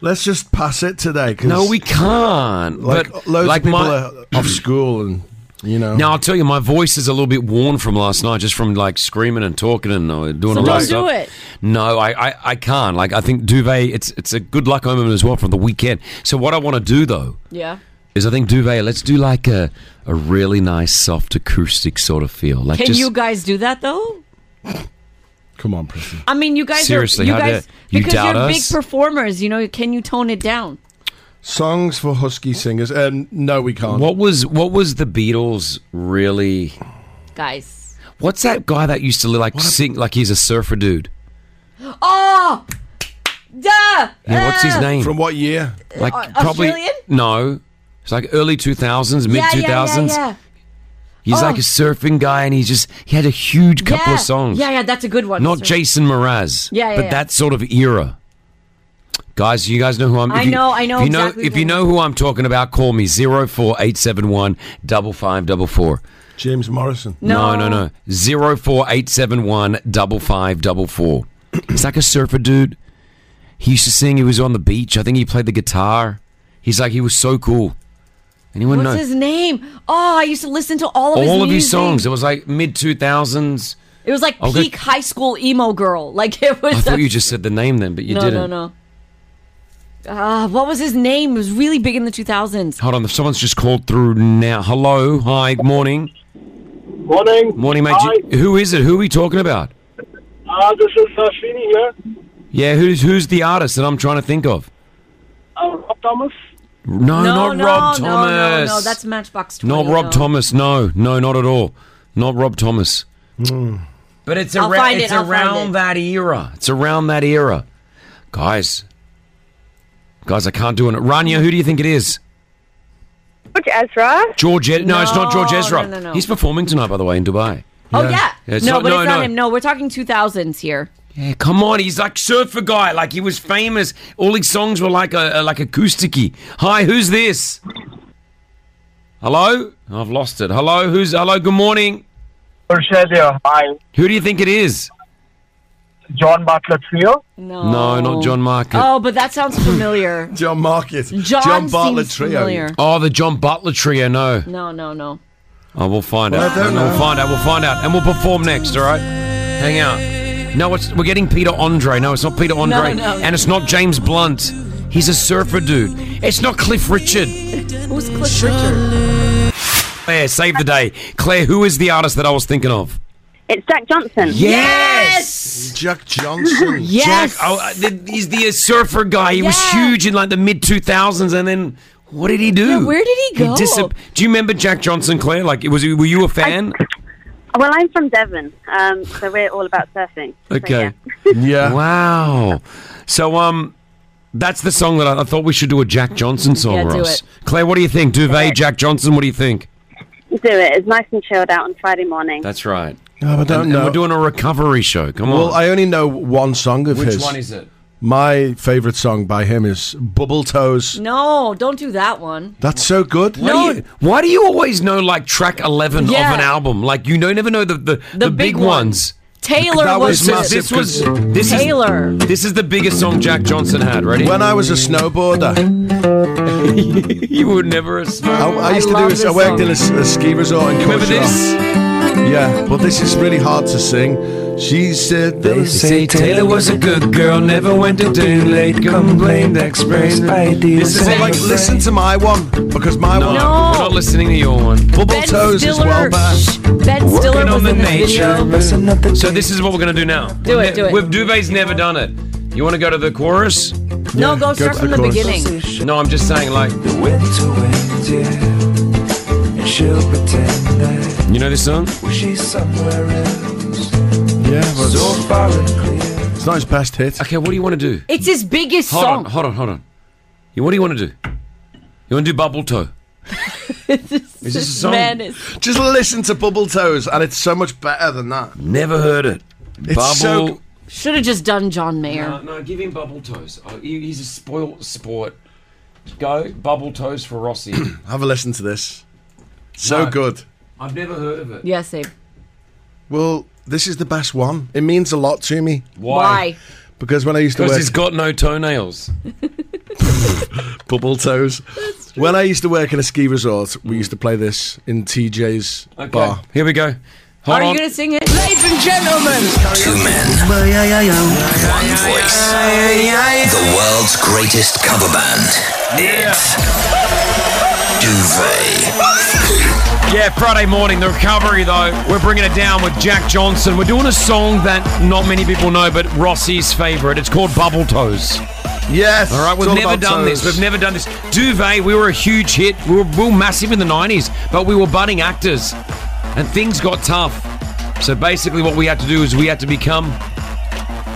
Let's just pass it today. 'cause
No, we can't.
Like,
but
loads
like
of people
my-
are off school and, you know.
Now, I'll tell you, my voice is a little bit worn from last night, just from like screaming and talking and uh, doing
So
a lot of
don't
stuff.
do it.
No, I, I, I can't. Like, I think Duvet, it's, it's a good luck omen as well from the weekend. So, what I want to do, though,
Yeah.
is I think Duvet, let's do like a, a really nice, soft acoustic sort of feel. Like,
Can
just,
you guys do that though?
Come on, Prissy.
I mean, you guys are
Seriously,
you
how
guys
dare- you
because
doubt
you're
us?
big performers. You know, can you tone it down?
Songs for husky singers. Um, no, we can't.
What was, what was the Beatles really.
guys.
What's that guy that used to like sing like he's a surfer dude?
Oh, duh.
Yeah, what's his
Ah!
name?
From what year?
Like
Au-
probably
Australian?
no. It's like early two thousands, mid
Yeah, yeah,
two
yeah,
thousands.
yeah.
He's
Oh.
like a surfing guy, and he just he had a huge couple
yeah.
of songs.
Yeah, yeah, that's a good one.
Not
Sorry.
Jason Mraz,
Yeah, yeah,
but
yeah.
that sort of era. Guys, you guys know who I'm.
I
if you-
know- I know
If you
exactly
know, if you
who-
know who I'm talking about, call me zero four eight seven one double five double four.
James Morrison.
No, no, no. Zero four eight seven one double five double four. It's like a surfer dude. He used to sing. He was on the beach. I think he played the guitar. He's like he was so cool. Anyone
What's
know
his name? Oh, I used to listen to all of his
all of his
music.
songs? It was like mid two thousands.
It was like
Okay.
peak high school emo girl. Like it was.
I thought you just said the name then, but you
no,
didn't.
no, no, Ah, what was his name? It was really big in the 2000s.
Hold on, someone's just called through now. Hello, hi, good morning.
Morning.
Morning, mate.
Hi.
Do- Who is it? Who are we talking about?
Uh, this is uh, Srini here.
Yeah, who's who's the artist that I'm trying to think of?
Uh, Rob Thomas.
No, not Rob
no,
Thomas.
No, no, that's Matchbox 20.
Not Rob
no.
Thomas. No, no, not at all. Not Rob Thomas.
Hmm.
But it's,
I'll
arou-
find it,
it's
I'll find
around
it.
that era. It's around that era, guys. Guys, I can't do it. Rania, who do you think it is?
George Ezra.
George? E- no, it's not George
No,
Ezra.
no, no, no.
He's performing tonight, by the way, in Dubai.
Oh, yeah.
it's
no,
not-
but
no,
it's not
no.
him. No, we're talking 2000s here.
Yeah, come on, he's like surfer guy. Like he was famous. All his songs were like a uh, like acousticy. Hi, who's this? Hello, I've lost it. Hello, who's hello? Good morning.
hi.
Who do you think it is?
John Bartlett Trio.
No.
No, not John Market.
Oh, but that sounds familiar.
John Market.
John John Bartlett seems Trio. familiar.
Oh, the John Butler Trio. No,
no, no, no.
oh, we'll find
Well,
out.
I don't
We'll
know.
find out. We'll find out, and we'll perform next. All right, hang out. No, it's, we're getting Peter Andre. No, it's not Peter Andre,
no.
and it's not James Blunt. He's a surfer dude. It's not Cliff Richard.
Who's Cliff Richard?
Claire, save the day. Claire, who is the artist that I was thinking of?
It's Jack Johnson.
Yes!
Jack Johnson.
Jack, oh, uh, the, he's the surfer guy. He was huge in like the mid 2000s, and then what did he do?
Yeah, where did he go?
Do you remember Jack Johnson, Claire? Like, it was were you a fan?
Well, I'm from Devon, um, so we're all about surfing.
okay. Yeah. Wow. So, um, that's the song that I, I thought we should do a Jack Johnson song,
Yeah, do
Ross.
it.
Claire, what do you think? Duvet, Jack Johnson, what do you think?
Do it. It's nice and chilled out on Friday morning.
That's right.
I don't
and,
know.
And we're doing a recovery show. Come
well,
on.
I only know one song of
Which
his.
one is it?
My favorite song by him is Bubble Toes.
No, don't do that one.
That's so good.
Why, do you, why do you always know like track eleven
Yeah.
of an album? Like you don't never know the the, the,
big
big, ones.
Taylor
That
was,
so this was this
Taylor.
Is, this is the biggest song Jack Johnson had. Ready?
When I was a snowboarder,
you were never a snowboarder.
I, I used
I love
to
this
do. I worked
song.
in a, s- a ski resort in
You remember
Courchevel.
this?
Yeah, but this is really hard to sing. She said
They say Taylor was a good girl, never went to do late, complained, expressed ideas.
This is like listen to my one because my
No,
one.
we're not listening to your one.
Bubble toes is well back.
Ben
Stiller
Working on
was
the
in this
nature.
video.
So this is what we're gonna do now.
Do it, do it.
We've Duvet's never done it. You want to go to the chorus?
No, Yeah, go go start to from the the chorus. beginning.
No, I'm just saying like. You know this song?
Yeah, but it's, it's not his best hit.
Okay, what do you want to do?
It's his biggest
Hold
song.
on, hold on, hold on. You, what do you want to do? You want to do Bubble Toe?
Is
this a song? man is-
Just listen to Bubble Toes, and it's so much better than that.
Never heard it.
It's so
Bubble-
Should have just done John Mayer.
No, no, give him Bubble Toes. Oh, he- he's a spoilt sport. Go Bubble Toes for Rossi.
Have a listen to this. So
No.
good.
I've never heard of it.
Yes, Abe.
Well, this is the best one. It means a lot to me.
Why? Why?
Because when I used to
Because
work
he's got no toenails.
bubble toes, when I used to work in a ski resort, we used to play this in TJ's
Okay.
bar.
Here we go. Hold
Are
on.
you going to sing it? Ladies and gentlemen.
Two men, one voice. The world's greatest cover band. It's Duvet.
Yeah, Friday morning, the recovery though. We're bringing it down with Jack Johnson. We're doing a song that not many people know, but Rossi's favourite. It's called Bubble Toes.
Yes.
All right, we've
it's all
never
about
done
toes.
this. We've never done this. Duvet, we were a huge hit. We were, we were massive in the 90s, but we were budding actors. And things got tough. So basically, what we had to do is we had to become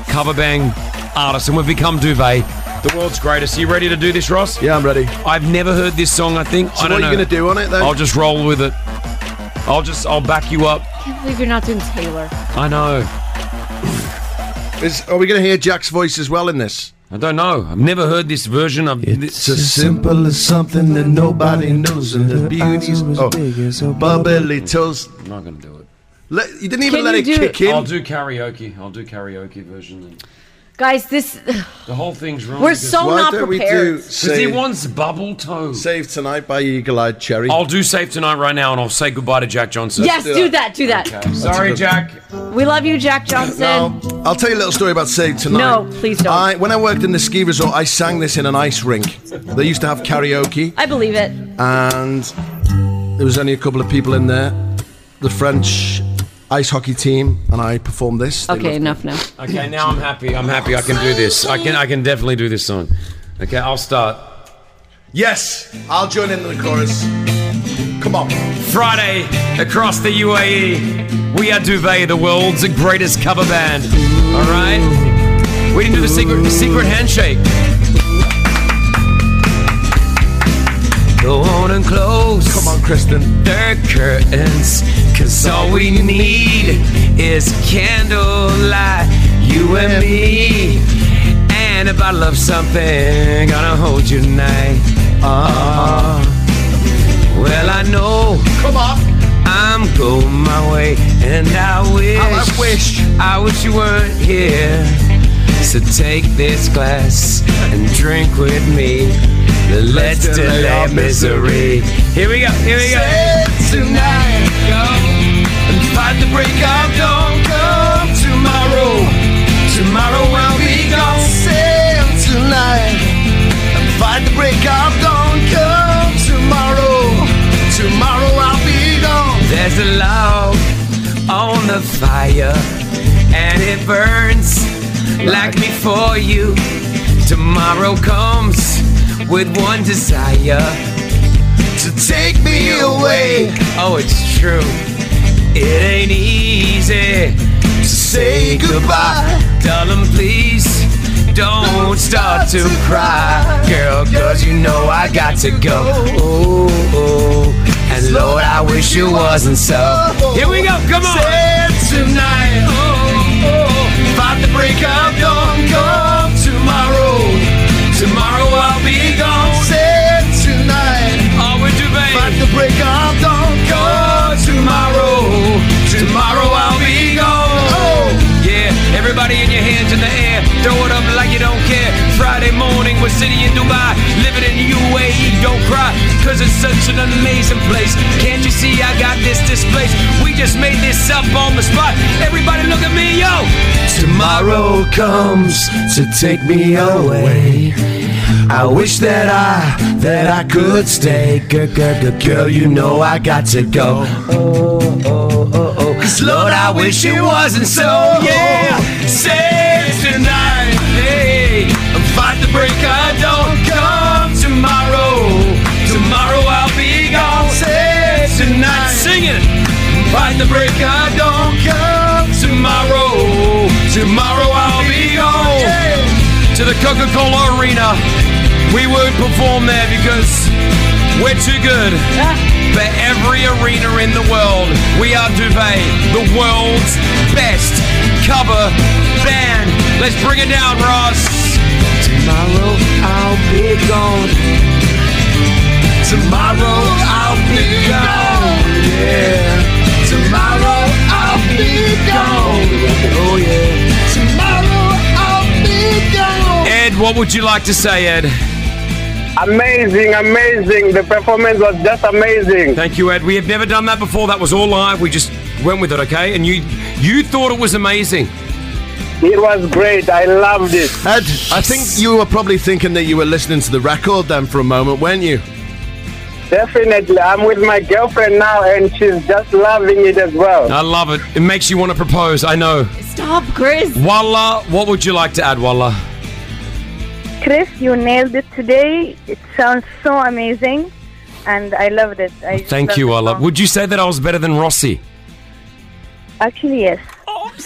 cover bang artists, and we've become Duvet, the world's greatest. Are you ready to do this, Ross?
Yeah, I'm ready.
I've never heard this song, I think.
So
I don't
what are you
know.
gonna do on it, then?
I'll just roll with it. I'll just, I'll back you up.
I can't believe you're not doing Taylor.
I know.
Is, are we going to hear Jack's voice as well in this?
I don't know. I've never heard this version of It's
as simple as something that nobody knows, and the beauty's oh, bubbly toes.
I'm not going to do it.
Let, you didn't even let it kick in.
I'll do karaoke. I'll do karaoke version.
Guys, this.
The whole thing's wrong.
We're so
Why
not
don't we do
prepared.
Because he
Save-
wants bubble toe.
Save tonight by Eagle Eyed Cherry.
I'll do safe tonight right now, and I'll say goodbye to Jack Johnson.
yes, do, that. Do that.
Sorry, Jack.
We love you, Jack Johnson.
Now, I'll tell you a little story about Save Tonight.
No, please don't.
I, when I worked in the ski resort, I sang this in an ice rink. They used to have karaoke,
I believe it.
and there was only a couple of people in there. The the French ice hockey team, and I performed this. They loved
Okay,
it.
enough now.
Okay, now I'm happy. I'm happy. I can do this. I can. I can definitely do this song. Okay, I'll start. Yes,
I'll join in the chorus. Come on.
Friday across the UAE, we are Duvet, the world's greatest cover band. All right, we didn't do the secret the secret handshake. Go on and close. Come on, Kristen. The curtains. Cause all we need is candlelight. You and me. And if I love something, gonna hold you tonight. Ah. well, I know. Come on. I'm going my way. And I wish. I wish. I wish you weren't here. So take this glass and drink with me. Let's delay our misery. Here we go, here we go. Tonight, go and fight the break of dawn. Come tomorrow, tomorrow I'll be gone. Sail tonight and fight the break of dawn. Come tomorrow, tomorrow I'll be gone. There's a log on the fire and it burns like me for you. Tomorrow comes with one desire to take me away. Oh, it's true. It ain't easy to say goodbye. Darling, please don't start to cry, girl, cause you know I got to go. Ooh, ooh. And Lord, I wish it wasn't so. Here we go, come on. tonight, Oh, About the break of dawn, come tomorrow. Tomorrow I'll be gone. Said tonight. Oh, we're too bad. About the break of dawn, come tomorrow. Tomorrow I'll be gone. Oh. Yeah, everybody in your hands in the air. Throw it up like you don't care. Friday morning, we're sitting in Dubai. Living in the UAE, don't cry. Cause it's such an amazing place. Can't you see I got this displaced? We just made this up on the spot. Everybody look at me, yo! Tomorrow comes to take me away. I wish that I that I could stay. Girl, girl, girl, girl you know I got to go. Oh, oh, oh, oh. Cause Lord, I wish it wasn't so. Yeah, save tonight. Hey, I'm fight the break I don't come tomorrow. Tomorrow I'll be gone. Save tonight. Singing. Fight the break I don't come tomorrow. Tomorrow I'll be gone. To the Coca Cola Arena. We would perform there because we're too good. But every arena in the world, we are Duvet, the world's best cover band. Let's bring it down, Ross. Tomorrow I'll be gone. Tomorrow I'll be gone. Yeah. Tomorrow I'll be gone. Oh yeah. Tomorrow I'll be gone. Ed, what would you like to say, Ed?
Amazing, amazing. The performance was just amazing.
Thank you, Ed. We have never done that before. That was all live. We just went with it, okay? And you you thought it was amazing.
It was great. I loved it.
Ed, I think you were probably thinking that you were listening to the record then for a moment, weren't you?
Definitely. I'm with my girlfriend now and she's just loving it as well.
I love it. It makes you want to propose. I know.
Stop, Chris.
Walla, what would you like to add, Walla?
Chris, you nailed it today. It sounds so amazing, and I loved it. I
Thank
loved
you,
the
Walla.
song.
Would you say that I was better than Rossi?
Actually, yes.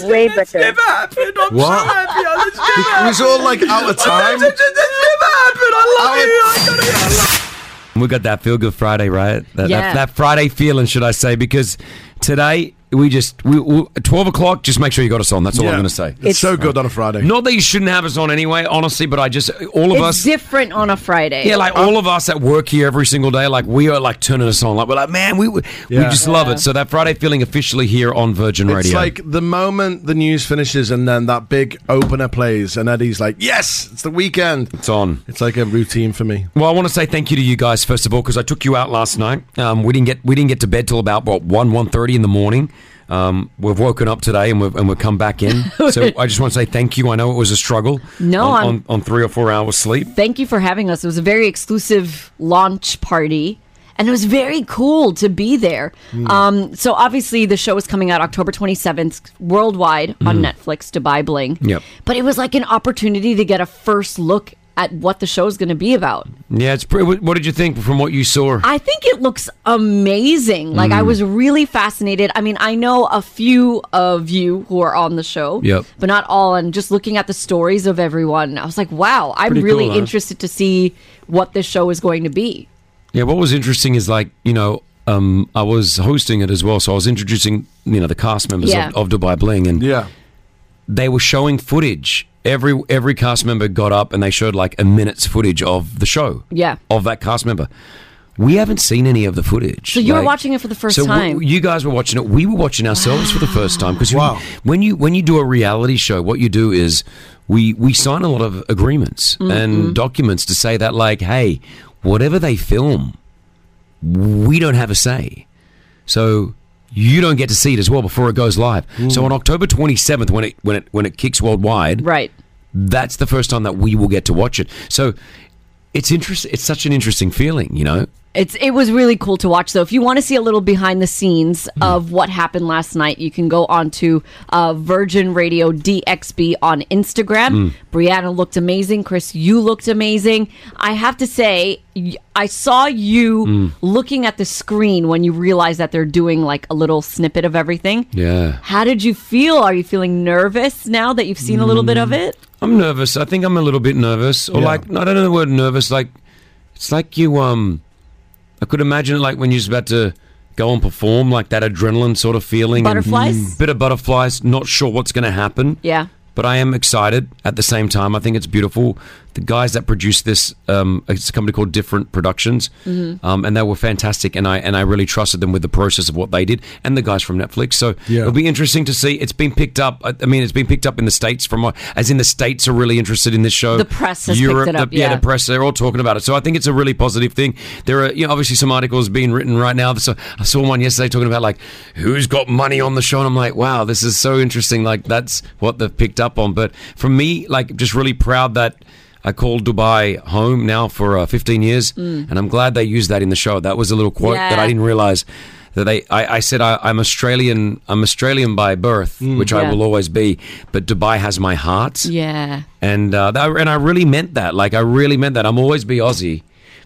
Way better.
happened.
I'm What? so
happy.
It was all like out of time.
It never happened. I love you. We got that feel good Friday, right? That,
Yeah.
that, that Friday feeling, should I say? Because today we just we, we twelve o'clock. Just make sure you got us on. That's all
Yeah.
I'm going to say.
It's so good on a Friday.
Not that you shouldn't have us on anyway, honestly, but I just all of
it's
us.
different on a Friday. Um,
Yeah, like all of us that work here every single day, like we are like turning us on. Like we're like, man, we we
Yeah.
just love it. So that Friday feeling officially here on Virgin
It's
Radio.
like the moment the news finishes and then that big opener plays and Eddie's like, yes, it's the weekend.
It's on.
It's like a routine for me.
Well, I want to say thank you to you guys first of all because I took you out last night. Um, we didn't get we didn't get to bed till about what one one thirty in the morning. Um, we've woken up today and we've and we've come back in. so I just want to say thank you. I know it was a struggle.
No,
on,
I'm-
on, on three or four hours sleep.
Thank you for having us. It was a very exclusive launch party. and it was very cool to be there.
Mm.
Hmm.
Um, so obviously, the show is coming out October 27th worldwide
Hmm.
on
Mm.
Netflix. Dubai Bling.
Yep.
But it was like an opportunity to get a first look at what the show's going to be about.
Yeah, it's pretty. What did you think from what you saw?
I think it looks amazing. Like I
Mm.
was really fascinated. I mean, I know a few of you who are on the show,
Yep.
but not all. And just looking at the stories of everyone, I was like, wow, I'm
Pretty
really
cool, huh?
interested to see what this show is going to be.
Yeah, what was interesting is like, you know, um, I was hosting it as well, so I was introducing, you know, the cast members
Yeah.
of, of Dubai Bling and Yeah. They were showing footage. Every every cast member got up and they showed like a minute's footage of the show.
Yeah.
Of that cast member. We haven't seen any of the footage.
So you were
Like-
watching it for the first
so w-
time.
you guys were watching it. We were watching ourselves for the first time because when you when you do a reality show, what you do is we we sign a lot of agreements
Mhm.
Mm-hmm.
and documents to say that like, hey, whatever they film, we don't have a say. So you don't get to see it as well before it goes live.
Mm.
So on October 27th when it when it when it kicks worldwide,
right.
That's the first time that we will get to watch it. So it's interest it's such an interesting feeling, you know.
It's it was really cool to watch though. If you want to see a little behind the scenes of what happened last night, you can go on to uh, Virgin Radio DXB on
Mm.
Instagram. Brianna looked amazing. Chris, you looked amazing. I have to say, y- I saw you
Mm.
looking at the screen when you realize that they're doing like a little snippet of everything.
Yeah.
How did you feel? Are you feeling nervous now that you've seen a little bit of it?
I'm nervous. I think I'm a little bit nervous, or like I don't know the word nervous. Like it's like you um, I could imagine it like when you're about to go and perform, like that adrenaline sort of feeling, and Mm,
Butterflies?
bit of butterflies. Not sure what's going to happen.
Yeah.
But I am excited at the same time. I think it's beautiful. The guys that produced this, um, it's a company called Different Productions,
Mhm.
Mm-hmm.
Mm.
um, and they were fantastic. And I and I really trusted them with the process of what they did, and the guys from Netflix. So it'll be interesting to see. It's been picked up. I I mean, it's been picked up in the states from what- as in the states are really interested in this show.
The press has
Europe,
picked it up,
the, yeah,
yeah.
the press. They're all talking about it. So I think it's a really positive thing. There are you know, obviously some articles being written right now. So I saw one yesterday talking about like who's got money on the show, and I'm like, wow, this is so interesting. Like that's what they've picked up on. But for me, like just really proud that. I called Dubai home now for uh, 15 years,
Mm.
and I'm glad they used that in the show. That was a little quote that I
Yeah.
didn't realize that they. I, I said I, I'm Australian. I'm Australian by birth,
Mm.
which
Yeah.
I will always be, but Dubai has my heart
Yeah.
and uh, that, and I really meant that. Like I really meant that. I'm always be Aussie,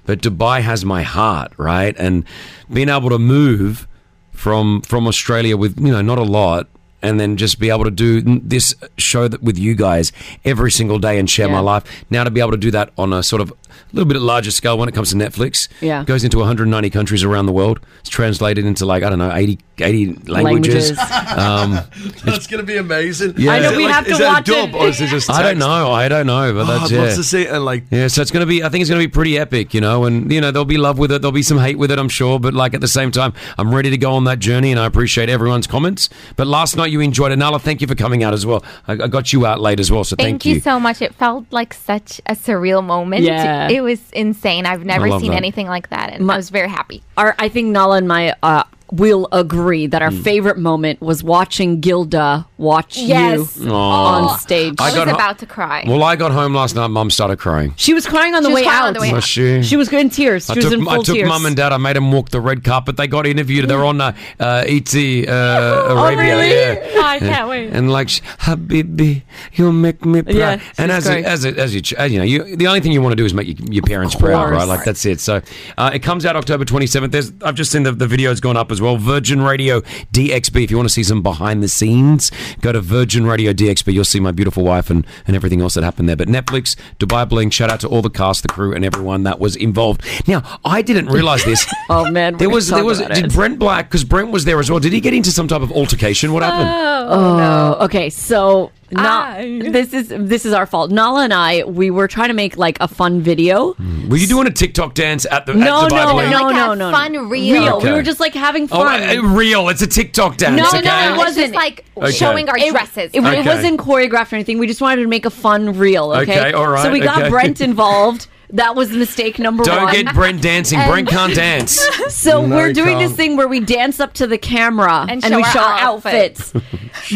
but Dubai has my heart, right? And being able to move from from Australia with you know not a lot, and then just be able to do this show that with you guys every single day and share my life. Now to be able to do that on a sort of a little bit larger scale when it comes to Netflix,
Yeah.
it goes into 190 countries around the world. It's translated into like I don't know 80 80 languages.
Languages.
um,
That's going to be amazing.
Yeah. I know,
Is it
we
like-
have to
is it a
watch
dub
it.
Or is it just
I don't
text?
know. I don't know, but
Oh,
that's
I'd
yeah.
love to see it and like
Yeah, so it's gonna be. I think it's gonna be pretty epic, you know. And you know, there'll be love with it. There'll be some hate with it, I'm sure. But like at the same time, I'm ready to go on that journey, and I appreciate everyone's comments. But last night you enjoyed it, Nala. Thank you for coming out as well. I, I got you out late as well, so thank,
Thank you so much. It felt like such a surreal moment.
Yeah.
It was insane. I've never
love
seen
that.
anything like that, and I was very happy.
our I think Nala and my uh will agree that our
Mm.
favorite moment was watching Gilda watch
Yes.
you
Aw.
on stage.
I I got was ho- about
to cry.
Well, I got home last night. Mum started crying.
She was crying on the
She was
way
crying on
out.
the way
Was out. she?
She was in tears. She
I
was
took,
in full
I took
tears.
mum and dad. I made them walk the red carpet. They got interviewed. They're on uh, uh, ET uh, Arabia.
really?
Yeah.
Oh, I can't
And-
wait.
And like, sh- Habibi, you make me proud.
Yeah, she's
and as a,
great.
as a, as you ch- as you know, you, the only thing you want to do is make your, your parents proud,
course.
right? Like that's it. So uh, it comes out October 27th. There's, I've just seen the, the video's gone up as well. Virgin Radio DXB. If you want to see some behind the scenes, go to Virgin Radio DXB. You'll see my beautiful wife and, and everything else that happened there. But Netflix, Dubai Bling. Shout out to all the cast, the crew, and everyone that was involved. Now I didn't realize this.
oh man,
There was,
talk
there was.
about
Did
it.
Brent Black? Because Brent was there as well. Did he get into some type of altercation? What happened?
Oh, okay. So Na- this is this is our fault. Nala and I we were trying to make like a fun video.
Were you doing a TikTok dance at the
No,
at Dubai
no,
Bling?
no, no, no,
fun
no.
reel.
We
Okay.
were just like having
Oh,
fun.
uh, real. It's a TikTok dance.
No, no,
okay?
no, it
Just
wasn't.
like
Okay.
showing our
It-
dresses.
It, it
Okay.
wasn't choreographed or anything. We just wanted to make a fun reel. Okay,
Okay, all right,
So we got
okay.
Brent involved. That was mistake number
Don't
one.
get Brent dancing.
And-
Brent can't dance.
So we're doing this thing where we dance up to the camera and,
show
we
our
show our outfits.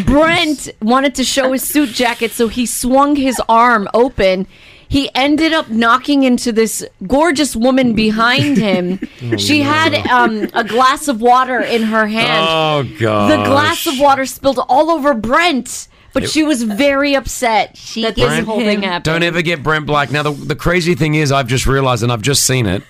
Brent wanted to show his suit jacket, so he swung his arm open. He ended up knocking into this gorgeous woman behind him.
Oh,
she had um, a glass of water in her hand.
Oh god.
The glass of water spilled all over Brent, but
It-
she was very upset that this is holding up.
Don't ever get Brent Black. Now, the, the crazy thing is, I've just realized, and I've just seen it,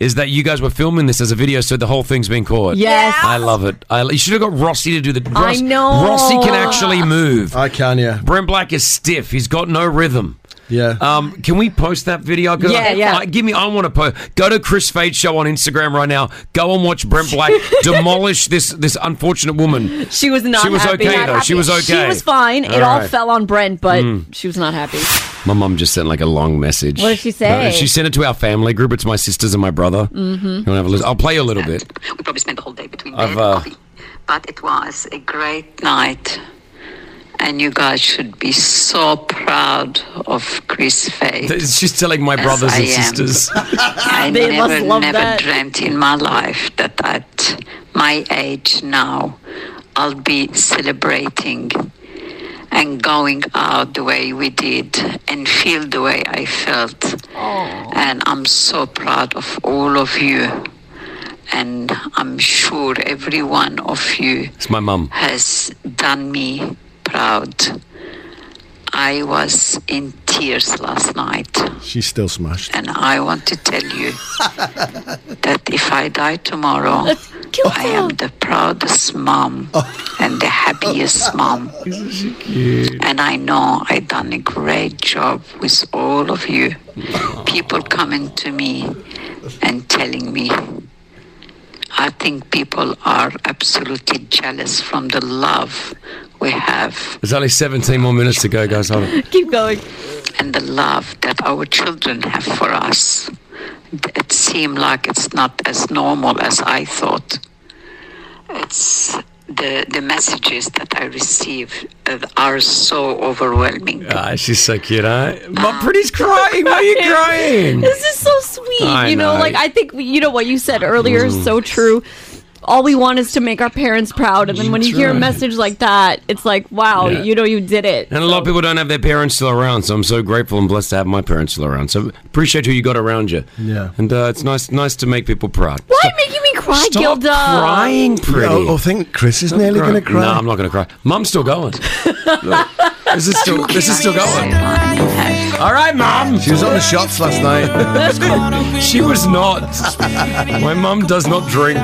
is that you guys were filming this as a video, so the whole thing's been caught.
Yes.
I love it. I, you should have got Rossi to do the.
I
Ross,
know.
Rossi can actually move. I can, yeah. Brent Black is stiff. He's got no rhythm. Yeah. Um, can we post that video? 'Cause
Yeah,
I,
yeah.
I- give me. I want to post. Go to Chris Fade Show on Instagram right now. Go and watch Brent Black demolish this this unfortunate woman.
She was not.
She was
happy.
okay
Not
though. She
happy.
was okay.
She was fine. it all
Alright.
fell on Brent, but
Mm.
she was not happy.
My mum just sent like a long message.
What did she say? Mm-hmm.
No, she sent it to our family group. It's my sisters and my brother.
Mhm.
You want to have a listen? I'll play you a little bit.
We probably spent the whole day between
I've,
bed,
uh,
coffee. But it was a great night. And you guys should be so proud of Chris Faye.
Th- She's telling my
Yes,
brothers
I
and
am.
sisters.
I
They
never,
must love
never
that.
dreamt in my life that at my age now, I'll be celebrating and going out the way we did and feel the way I felt. And I'm so proud of all of you. And I'm sure every one of you
It's my mum.
has done me proud. I was in tears last night.
She's still smashed.
And I want to tell you that if I die tomorrow, I am the proudest mom and the happiest mom. And I know i done a great job with all of you. People coming to me and telling me. I think people are absolutely jealous from the love we have
There's only 17 more minutes to go, guys. Hold on.
Keep going. And the love that our children have for us. It seemed like it's not as normal as I thought. It's the, the messages that I receive that are so overwhelming.
Ah, she's so cute, huh? My pretty's crying. Why are you crying?
This is so sweet.
I
you know,
know.
like I think you know what you said earlier is
Mm.
so true. All we want is to make our parents proud, and then when you
That's
hear a
right.
message like that, it's like, wow,
Yeah.
you know, you did it.
And a lot of people don't have their parents still around, so I'm so grateful and blessed to have my parents still around. So appreciate who you got around you. Yeah. And uh, it's nice nice to make people proud.
Why are you making me cry,
Stop
Gilda?
crying, pretty.
Oh, oh, think Chris is nearly going to cry.
No, I'm not going to cry. Mum's still going. Look, this is still this is still going. All right, mum.
She was on the shots last night.
she was not. My mum does not drink.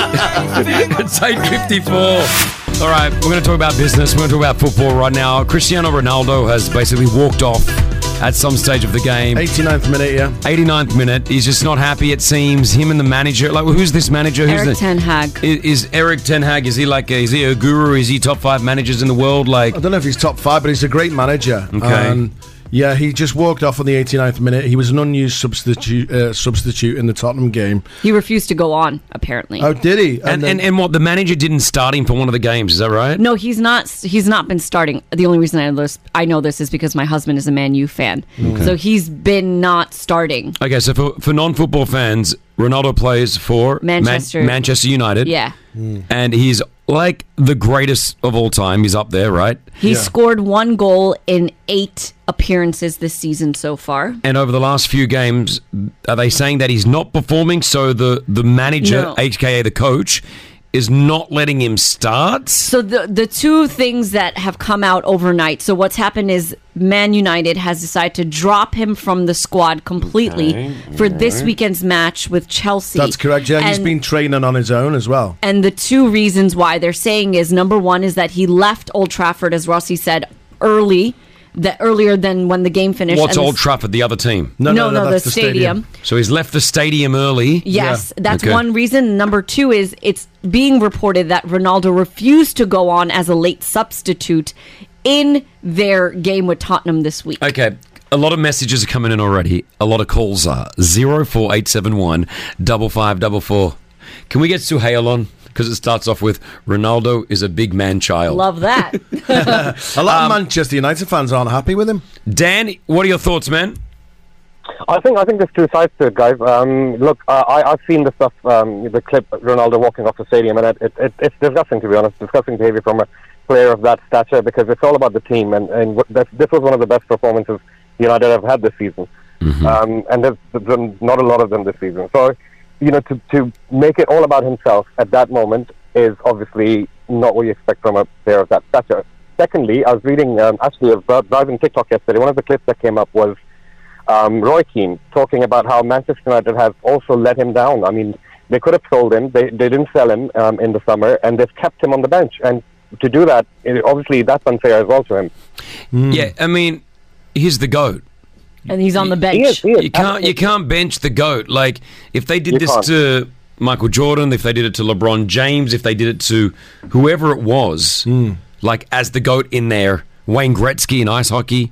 it's 8.54. All right, we're going to talk about business. We're going to talk about football right now. Cristiano Ronaldo has basically walked off at some stage of the game.
89th minute, yeah.
89th minute. He's just not happy, it seems. Him and the manager. Like, who's this manager? Who's
Eric
the,
Ten Hag.
I- Is, Eric Ten Hag, is he like, a, is he a guru? Is he top five managers in the world? Like,
I don't know if he's top five, but he's a great manager. Um,
Okay.
And yeah, he just walked off on the 89th minute. He was an unused substitute uh, substitute in the Tottenham game.
He refused to go on, apparently.
Oh, did he?
and,
then-
and, and what, the manager didn't start him for one of the games, is that right?
No, he's not. He's not been starting. The only reason I know this, I know this is because my husband is a Man U fan,
Okay.
so he's been not starting.
Okay, so for, for non football fans, Ronaldo plays for Man-
Manchester.
Manchester United.
Yeah.
And he's like the greatest of all time. He's up there, right?
He scored one goal in eight appearances this season so far.
And over the last few games, are they saying that he's not performing? So the, the manager,
No.
HKA the coach, is not letting him start?
So the the two things that have come out overnight. So what's happened is Man United has decided to drop him from the squad completely
Okay,
for this
alright.
weekend's match with Chelsea.
That's correct. Yeah, he's
And-
been training on his own as well.
And the two reasons why they're saying is number one is that he left Old Trafford, as Rossi said, early, that earlier than when the game finished.
What's
and
Old
this-
Trafford, the other team?
No, no, No, no, no, that's the the stadium.
So he's left the stadium early.
Yes, that's one reason. Number two is it's being reported that Ronaldo refused to go on as a late substitute in their game with Tottenham this week.
Okay. A lot of messages are coming in already. A lot of calls are 04871 5544. Can we get Suhail on? Because it starts off with Ronaldo is a big man child.
Love that.
A lot of Manchester United fans aren't happy with him.
Um, Dan, what are your thoughts, man?
I think I think there's two sides to it, guys. Um, look, I, I- I've seen the stuff, um, the clip Ronaldo walking off the stadium, and it, it, it, it's disgusting to be honest. Disgusting behavior from a player of that stature because it's all about the team, and and what- this, this was one of the best performances you know, that I've had this season. Um, and there's, there's been not a lot of them this season. So, you know, to, to make it all about himself at that moment is obviously not what you expect from a player of that stature. Secondly, I was reading, um, actually, I was browsing TikTok yesterday. One of the clips that came up was um, Roy Keane talking about how Manchester United have also let him down. I mean, they could have sold him, they, they didn't sell him um, in the summer, and they've kept him on the bench. And to do that, it, obviously, that's unfair as well to him.
Yeah, I mean, he's the goat.
and he's on the bench.
You can't you can't bench the goat. Like if they did
You
this
can't.
to Michael Jordan, if they did it to LeBron James, if they did it to whoever it was,
Hmm.
like as the goat in there, Wayne Gretzky in ice hockey,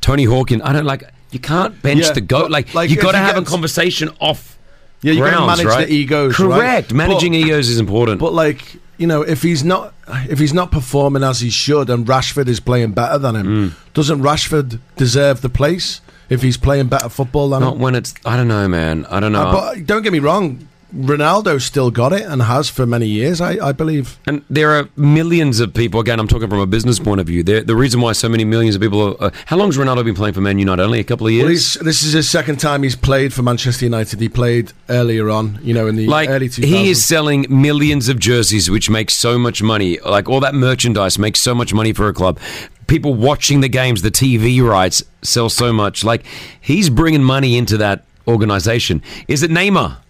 Tony Hawk in I don't like you can't bench
Yeah,
the goat. Like,
like,
you
if
got to
you
have a
get-
conversation off.
Yeah, you got to
grounds,
manage
right?
the egos.
Correct.
right?
Managing
But-
egos is important.
But like you know, if he's not if he's not performing as he should, and Rashford is playing better than
Mm.
him, doesn't Rashford deserve the place if he's playing better football than
Not
him?
when it's I don't know, man. I don't know.
Uh, but don't get me wrong, Ronaldo still got it and has for many years, I, I believe.
And there are millions of people. Again, I'm talking from a business point of view. There, the reason why so many millions of people. Are, uh, how long's Ronaldo been playing for Man United? Only a couple of years.
Well, he's, this is his second time he's played for Manchester United. He played earlier on, you know, in the
like
early 2000s.
he is selling millions of jerseys, which makes so much money. Like all that merchandise makes so much money for a club. People watching the games, the TV rights sell so much. Like he's bringing money into that organization. Is it Neymar?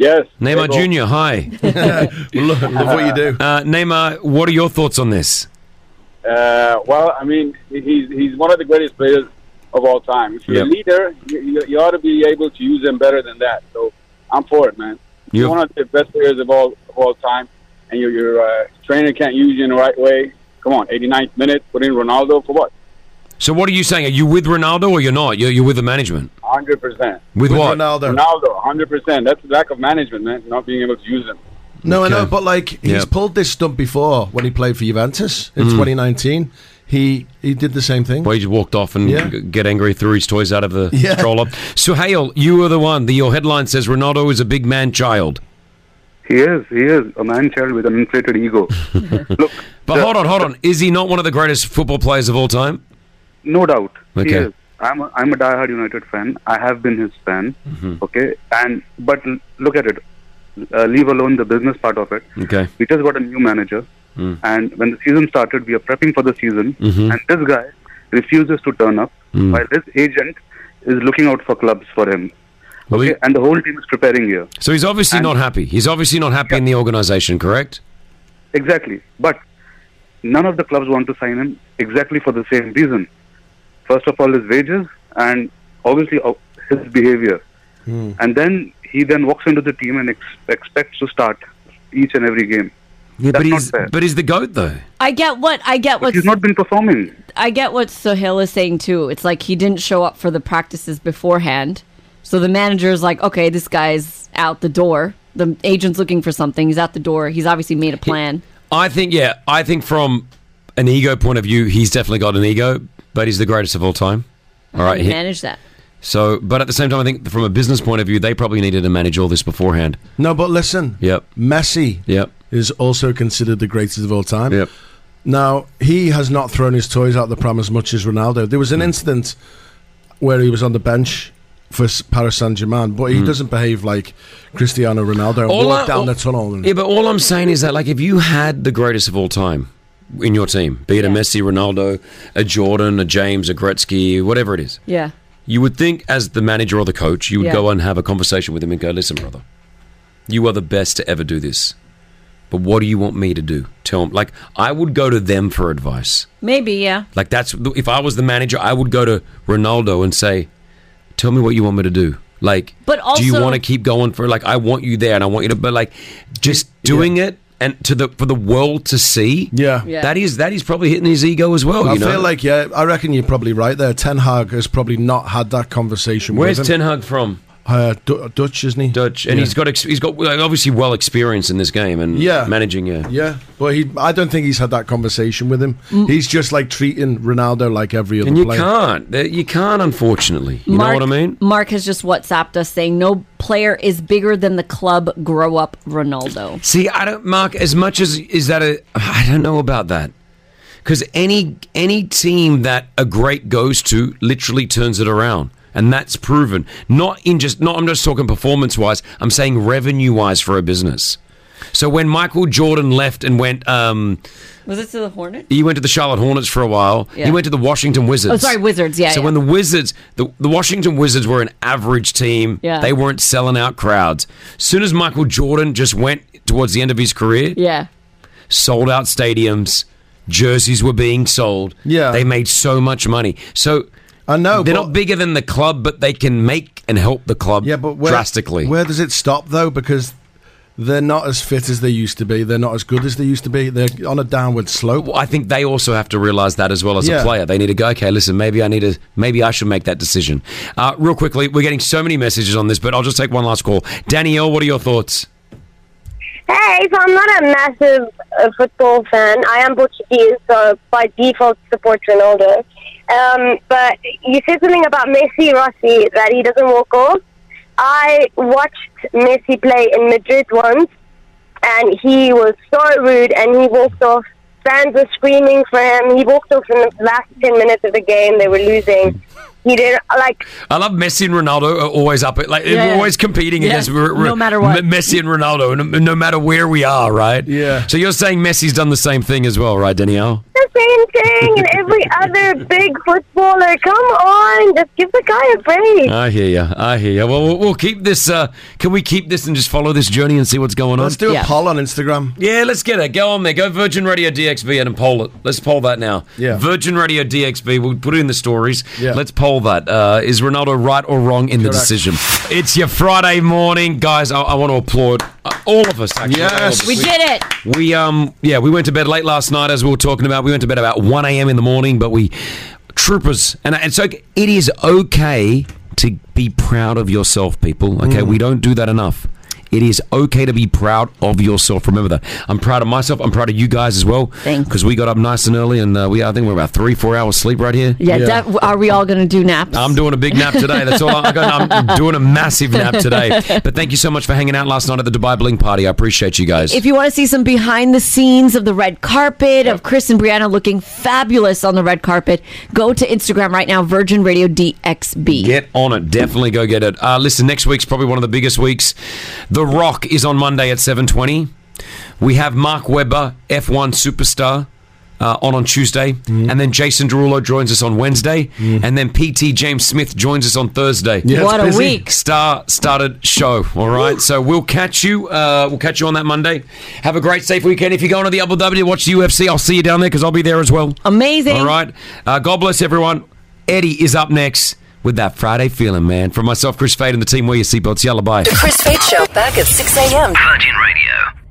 Yes.
Neymar
Neymar.
Junior. Hi.
love, what you do,
uh, Neymar. What are your thoughts on this?
Uh, well, I mean, he's he's one of the greatest players of all time. If you're a
Yep.
leader, you, you, you ought to be able to use him better than that. So I'm for it, man.
Yep.
You're one of the best players of all of all time, and your your uh, trainer can't use you in the right way. Come on, 89th minute, put in Ronaldo for what?
So what are you saying? Are you with Ronaldo or you're not? You're, you're with the management.
100 percent.
With With what? Ronaldo.
Ronaldo, 100 percent. That's lack of management, man. Not being able to use him.
No, I know, but like
Yeah.
he's pulled this stunt before when he played for Juventus in
Mm.
2019. He he did the same thing.
Well, he just walked off and
Yeah.
g- get angry, threw his toys out of the
Yeah.
stroller. Suhail, you were the one. The, your headline says Ronaldo is a big man child.
He is. He is a man child with an inflated ego. Look,
But hold on, hold on. Is he not one of the greatest football players of all time?
no doubt. He
Okay.
is. I'm a, I'm a diehard United fan. I have been his fan.
Mm-hmm.
Okay. And but l- look at it. Uh, leave alone the business part of it.
Okay.
We just got a new manager,
Mm.
Uh,
and when the season started, we are prepping for the season,
Mhm.
and this guy refuses to turn up,
Mm.
while his agent is looking out for clubs for him.
Well,
okay.
he-
and the whole team is preparing here.
So he's obviously
And-
not happy. He's obviously not happy in the organization, correct?
Exactly. But none of the clubs want to sign him exactly for the same reason. First of all, his wages and obviously uh, his behavior. And then he then walks into the team and ex- expects to start each and every game. That's
Yeah, but
not
he's
fair.
but he's the goat though.
I get what I get what
He's not been performing.
I get what Sohail is saying too. It's like he didn't show up for the practices beforehand. So the manager is like, okay, this guy's out the door. The agent's looking for something. He's out the door. He's obviously made a plan.
I think yeah. I think from an ego point of view, he's definitely got an ego, but he's the greatest of all time. All right. he-
manage that.
so, but at the same time, I think from a business point of view, they probably needed to manage all this beforehand.
No, but listen.
Yep.
Messi
Yep.
is also considered the greatest of all time.
Yep.
Now, he has not thrown his toys out the pram as much as Ronaldo. There was an incident where he was on the bench for S- Paris Saint Germain, but he
Mm.
doesn't behave like Cristiano Ronaldo and
All
walk
I-
down
all-
the tunnel. And,
Yeah, but all I'm saying is that, like, if you had the greatest of all time in your team, be it a Messi, Ronaldo, a Jordan, a James, a Gretzky, whatever it is,
Yeah.
you would think, as the manager or the coach, you would
Yeah.
go and have a conversation with him and go, listen, brother, you are the best to ever do this. But what do you want me to do? Tell him. Like, I would go to them for advice.
Maybe, yeah.
Like, that's if I was the manager, I would go to Ronaldo and say, tell me what you want me to do. Like,
But
do you
also-
want to keep going for like I want you there and I want you to but like just doing it and to the for the world to see.
Yeah.
Yeah.
That is that is probably hitting his ego as well.
I
you know?
feel like, yeah, I reckon you're probably right there. Ten Hag has probably not had that conversation
Where's
with him.
Ten Hag from?
Uh, Du- Dutch, isn't he?
Dutch, And
Yeah.
he's got ex- he's got like, obviously well experience in this game and
Yeah.
managing yeah.
Yeah, but he. I don't think he's had that conversation with him. He's just like treating Ronaldo like every other
Mm. And you
player.
can't. That- You can't unfortunately. You know what I mean?
Mark has just WhatsApped us saying no player is bigger than the club. Grow up, Ronaldo.
See, I don't, Mark, as much as is that a, I don't know about that because any any team that a great goes to literally turns it around, and that's proven. Not in just not. I'm just talking performance wise. I'm saying revenue wise for a business. So when Michael Jordan left and went, um,
Was it to the Hornet?
he went to the Charlotte Hornets for a while.
Yeah.
He went to the Washington Wizards.
Oh, sorry, Wizards. Yeah.
so
yeah.
when the Wizards, the, the Washington Wizards were an average team.
Yeah.
They weren't selling out crowds. Soon as Michael Jordan just went towards the end of his career,
yeah.
sold out stadiums, jerseys were being sold. Yeah. They made so much money. So
I know
they're
but-
not bigger than the club, but they can make and help the club yeah, but
Where-
drastically.
Where does it stop though? Because they're not as fit as they used to be. They're not as good as they used to be. They're on a downward slope.
I think they also have to realize that as well as
Yeah.
a player. They need to go, okay, listen, maybe I need to, maybe I should make that decision. Uh, real quickly, we're getting so many messages on this, but I'll just take one last call. Danielle, what are your thoughts?
Hey, so I'm not a massive uh, football fan. I am Portuguese, so by default support Ronaldo. Um, but you said something about Messi Rossi that he doesn't walk off. I watched Messi play in Madrid once, and he was so rude, and he walked off. Fans were screaming for him. He walked off in the last ten minutes of the game. They were losing. He didn't like
I love Messi and Ronaldo are always up, like
Yeah,
we're
yeah.
always competing
Yeah,
against r- r-
no matter what.
M- Messi and Ronaldo, no, no matter where we are, right? Yeah. So you're saying Messi's done the same thing as well, right, Danielle?
the same thing, and every other big footballer. Come on, just give the guy a break.
I hear you. I hear you. Well, we'll- we'll keep this. Uh, can we keep this and just follow this journey and see what's going on?
Let's do a poll on Instagram.
Yeah, let's get it. Go on there. Go Virgin Radio DXB and poll it. Let's poll that now.
Yeah.
Virgin Radio DXB. We'll put it in the stories. Yeah. Let's poll that. Uh, is Ronaldo right or wrong in the
Correct.
decision? It's your Friday morning, guys. I, I want to applaud uh, all of us. Actually,
Yes.
we did it.
we um yeah, we went to bed late last night as we were talking about. We went to bed about one a.m. in the morning, but we troopers, and it's okay. It is okay to be proud of yourself, people. Okay,
Mm.
we don't do that enough. It is okay to be proud of yourself. Remember that. I'm proud of myself. I'm proud of you guys as well. Because we got up nice and early, and uh, we I think we're about three, four hours sleep right here.
Yeah. Def- are we all going to do naps?
I'm doing a big nap today. That's all I got. I'm doing a massive nap today. But thank you so much for hanging out last night at the Dubai Bling party. I appreciate you guys.
If you want to see some behind the scenes of the red carpet of Chris and Brianna looking fabulous on the red carpet, go to Instagram right now, Virgin Radio DXB.
Get on it. Definitely go get it. Uh, listen, next week's probably one of the biggest weeks. The Rock is on Monday at 7.20. We have Mark Webber, F1 superstar, uh, on on Tuesday. And then Jason Derulo joins us on Wednesday. And then PT James Smith joins us on Thursday.
Yeah, it's What a busy. week.
Star started show. All right. so we'll catch you. Uh, we'll catch you on that Monday. Have a great, safe weekend. If you're going to the Abu Dhabi, watch the UFC. I'll see you down there because I'll be there as well.
Amazing.
All right. Uh, God bless everyone. Eddie is up next with that Friday feeling, man. From myself, Chris Fade, and the team, wear your seatbelts. Yellow bye.
The Chris Fade Show back at 6 a.m. Virgin Radio.